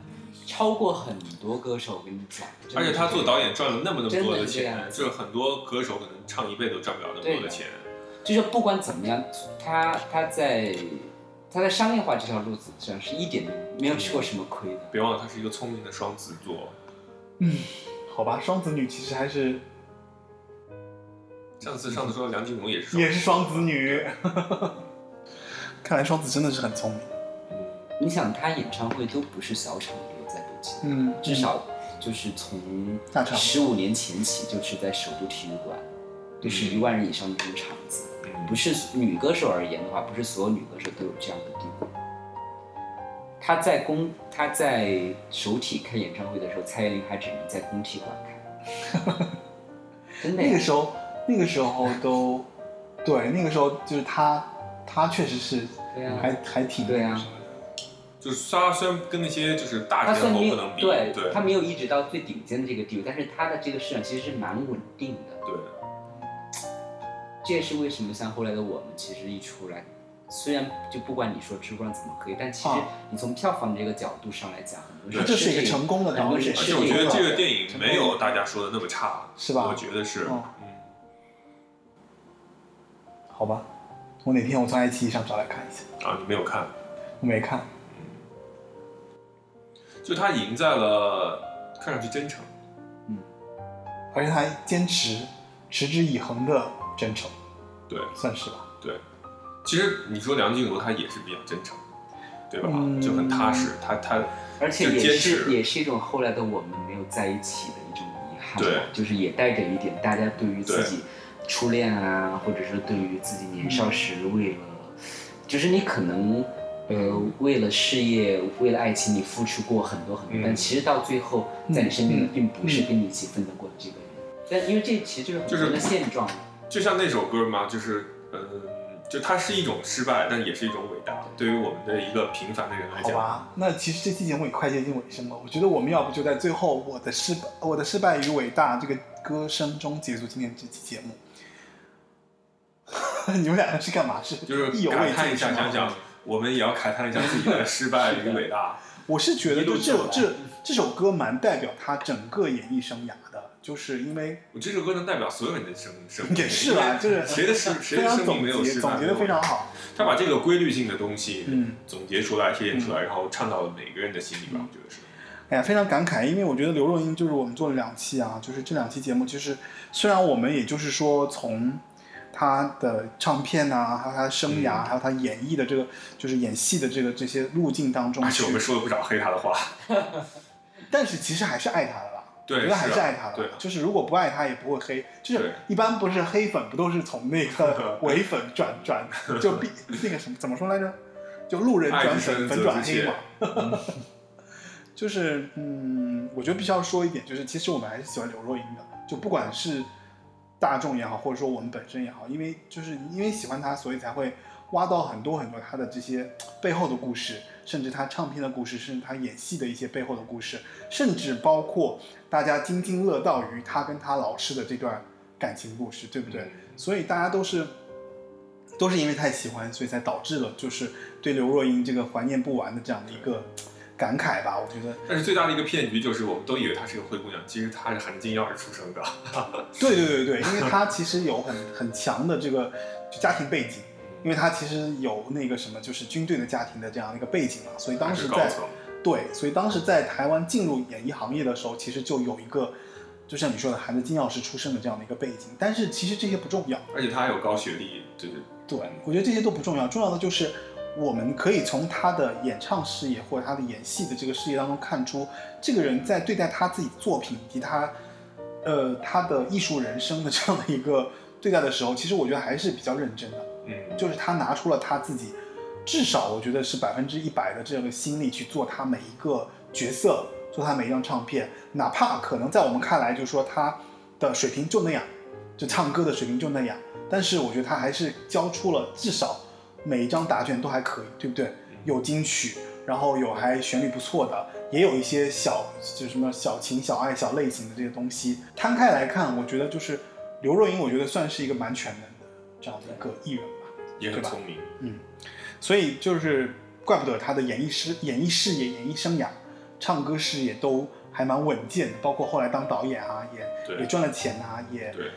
超过很多歌手，我跟你讲。真的
而且他做导演赚了那么那么多
真的是这
钱
样，
就是很多歌手可能唱一辈子都赚不了那么多的钱。
就是不管怎么样，他他在他在商业化这条路子上是一点都没有吃过什么亏的。
别忘了他是一个聪明的双子座，
好吧，双子女其实还是
上次上次说梁静茹也是双
也是双子女， [laughs] 看来双子真的是很聪明。
你想，他演唱会都不是小场地在北京。
嗯
至少就是从
大场
十五年前起就是在首都体育馆，就是一万人以上的这种场子，不是女歌手而言的话，不是所有女歌手都有这样的地位。她在公，她在首体开演唱会的时候，蔡依林还只能在公体馆开，真的呀
那个时候，那个时候都，对，那个时候就是他，他确实是
对啊
还还挺
对啊，
就是他虽然跟那些就是
她
大
虽
天
然
后
没
不
有
能比，
对
对，
她没有一直到最顶尖的这个地位，但是她的这个市场其实是蛮稳定的。
对，
这也是为什么像后来的我们，其实一出来，虽然就不管你说吃光怎么可以，但其实
啊
你从票房这个角度上来讲，很多
它就是一个成功的
很
导
多
演
是
而
是
且我觉得这
这
个电影没有大家说的那么差，
是吧
我觉得是，
嗯
嗯。
好吧。我哪天我从爱奇艺上找来看一下，
啊，你没有看，
我没看。
就他赢在了看上去真诚，
而且他还坚持持之以恒的真诚，
对
算是吧。
对。其实你说梁静茹她也是比较真诚，对吧？
嗯
就很踏实，她她
而且
就
也
坚
是
持
也是一种后来的我们没有在一起的一种遗憾，
对
就是也带着一点大家对于自
对
己初恋啊，或者是对于自己年少时为了，就是你可能。呃，为了事业，为了爱情，你付出过很多很多，
嗯
但其实到最后，在你身边的并不是跟你一起奋斗过的这个人。但因为这其实就是很多人的现状，
就像那首歌嘛，就是嗯，就它是一种失败，但也是一种伟大。对于我们的一个平凡的人来
好
讲，
吧，那其实这期节目也快接近尾声了，我觉得我们要不就在最后《我的失败我的失败与伟大》这个歌声中结束今天这期节目。 [laughs] 你们两个是干嘛？是
就是
意犹
感
未
叹
尽
一下，
是吗 [laughs]
想想我们也要感叹一下自己的失败与伟大。
我是觉得
一路
就这首
走来
这这首歌蛮代表他整个演艺生涯的，就是因为
我这首歌能代表所有人的生生命，
也是啊，
因
就
为
是
谁的生谁
非
的
常
生命
总
没有
结
失败
总结的非常好。
他把这个规律性的东西
嗯
总结出来、提炼出来，然后唱到了每个人的心里边，我觉得是。
哎呀，非常感慨，因为我觉得刘若英就是我们做了两期啊，就是这两期节目，就是虽然我们也就是说从她的唱片啊，还有她的生
嗯
涯，还有她演绎的这个，就是演戏的这个这些路径当中
而且
去
我，们说了不少黑他的话，
[laughs] 但是其实还是爱她的啦。
对
我觉得还
是啊
是爱她的，
对
就是如果不爱她也不会黑，就是
对
一般不是黑粉不都是从那
[laughs]
个伪粉转转，就必那个什么怎么说来着，就路人
爱
转
之深
粉，
责
粉
之
转黑
切
嘛。。
[laughs]
就是嗯，我觉得必须要说一点，就是其实我们还是喜欢刘若英的，就不管是大众也好，或者说我们本身也好，因为就是因为喜欢她，所以才会挖到很多很多她的这些背后的故事，甚至她唱片的故事，甚至她演戏的一些背后的故事，甚至包括大家津津乐道于她跟她老师的这段感情故事，对不
嗯
对？所以大家都是都是因为太喜欢，所以才导致了就是对刘若英这个怀念不完的这样的一个感慨吧。我觉得，
但是最大的一个骗局就是，我们都以为她是个灰姑娘，其实她是含金钥匙出生的。
对对对对，因为她其实有很 [laughs] 很强的这个就家庭背景，因为她其实有那个什么就是军队的家庭的这样一个背景嘛，所 [laughs] 以当时
[laughs] 还
在
是高层
对，所以当时在台湾进入演艺行业的时候，其实就有一个。就像你说的，含着金钥匙出生的这样的一个背景，但是其实这些不重要，
而且她还有高学历，对对，
对，我觉得这些都不重要，重要的就是我们可以从他的演唱事业或者他的演戏的这个事业当中看出，这个人在对待他自己作品以及他，呃，他的艺术人生的这样的一个对待的时候，其实我觉得还是比较认真的。
嗯，
就是他拿出了他自己，至少我觉得是百分之一百的这个心力去做他每一个角色，做他每一张唱片，哪怕可能在我们看来，就是说他的水平就那样，就唱歌的水平就那样，但是我觉得他还是交出了至少每一张答卷都还可以，对不对？有金曲，然后有还旋律不错的，也有一些小就是什么小情小爱小类型的这些东西，摊开来看，我觉得就是刘若英，我觉得算是一个蛮全能的这样的一个艺人吧。
也很
对吧
聪明。
所以就是怪不得他的演艺师、演艺事业、演艺生涯、唱歌事业都还蛮稳健，包括后来当导演啊，也
对
也赚了钱啊，也
对，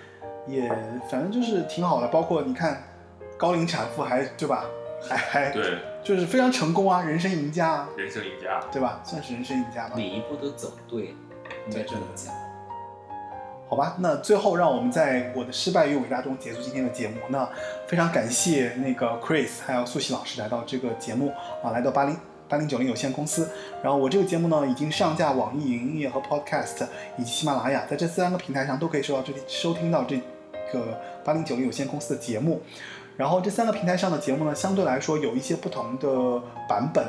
也反正就是挺好的。包括你看高龄产妇还对吧，还还
对，
就是非常成功啊，人生赢家啊，
人生赢家。
对吧？算是人生赢家吧。
每一步都走对，应该这么讲。
好吧，那最后让我们在我的失败与伟大中结束今天的节目。那非常感谢那个 Chris 还有苏西老师来到这个节目啊，来到八零八零九零有限公司。然后我这个节目呢已经上架网易云音乐和 Podcast 以及喜马拉雅，在这三个平台上都可以收到这收听到这个八零九零有限公司的节目。然后这三个平台上的节目呢，相对来说有一些不同的版本，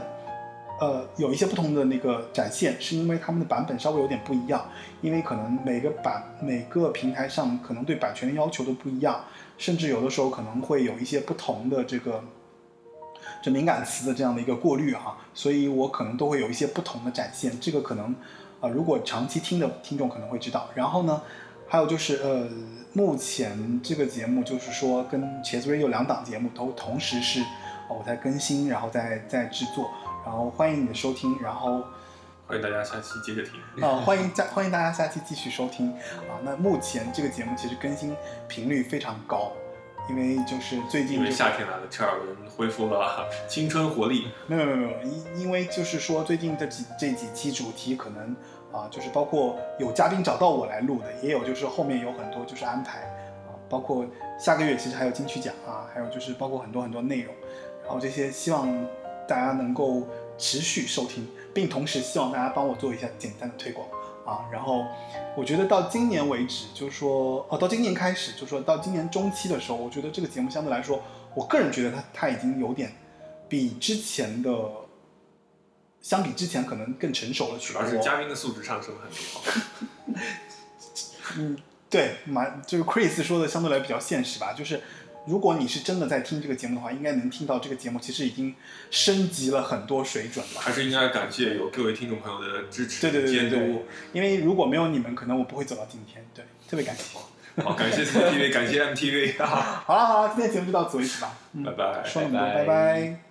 呃，有一些不同的那个展现，是因为他们的版本稍微有点不一样，因为可能每个版每个平台上可能对版权的要求都不一样，甚至有的时候可能会有一些不同的这个这敏感词的这样的一个过滤哈、所以我可能都会有一些不同的展现，这个可能啊、呃如果长期听的听众可能会知道。然后呢，还有就是呃，目前这个节目就是说跟 Chess Radio 两档节目都同时是、呃我在更新，然后在在制作，然后欢迎你的收听，然后。
欢迎大家下期接着听。 [laughs]
啊，欢迎下欢迎大家下期继续收听啊。那目前这个节目其实更新频率非常高，因为就是最近
因
就
为
是
夏天来了，车尔文恢复了 [laughs] 青春活力。
没有没有没有，因因为就是说最近这几这几期主题可能啊，就是包括有嘉宾找到我来录的，也有就是后面有很多就是安排啊，包括下个月其实还有金曲奖啊，还有就是包括很多很多内容，然后这些希望大家能够持续收听，并同时希望大家帮我做一下简单的推广啊，然后我觉得到今年为止，就是说哦，到今年开始，就是说到今年中期的时候，我觉得这个节目相对来说，我个人觉得它它已经有点。比之前的，相比之前可能更成熟了许
主
多。
要是嘉宾的素质上升很高，
对，蛮就是 Chris 说的相对来比较现实吧，就是如果你是真的在听这个节目的话，应该能听到这个节目其实已经升级了很多水准了。
还是应该感谢有各位听众朋友的支持、
对对对对
监
对
督。，
因为如果没有你们，可能我不会走到今天。对，特别感谢。
好，感谢
[laughs]
CCTV，感谢 MTV，哈哈
好了好了，今天节目就到此为止吧。嗯，
[laughs] 拜拜。
说那么多，
拜
拜
拜
拜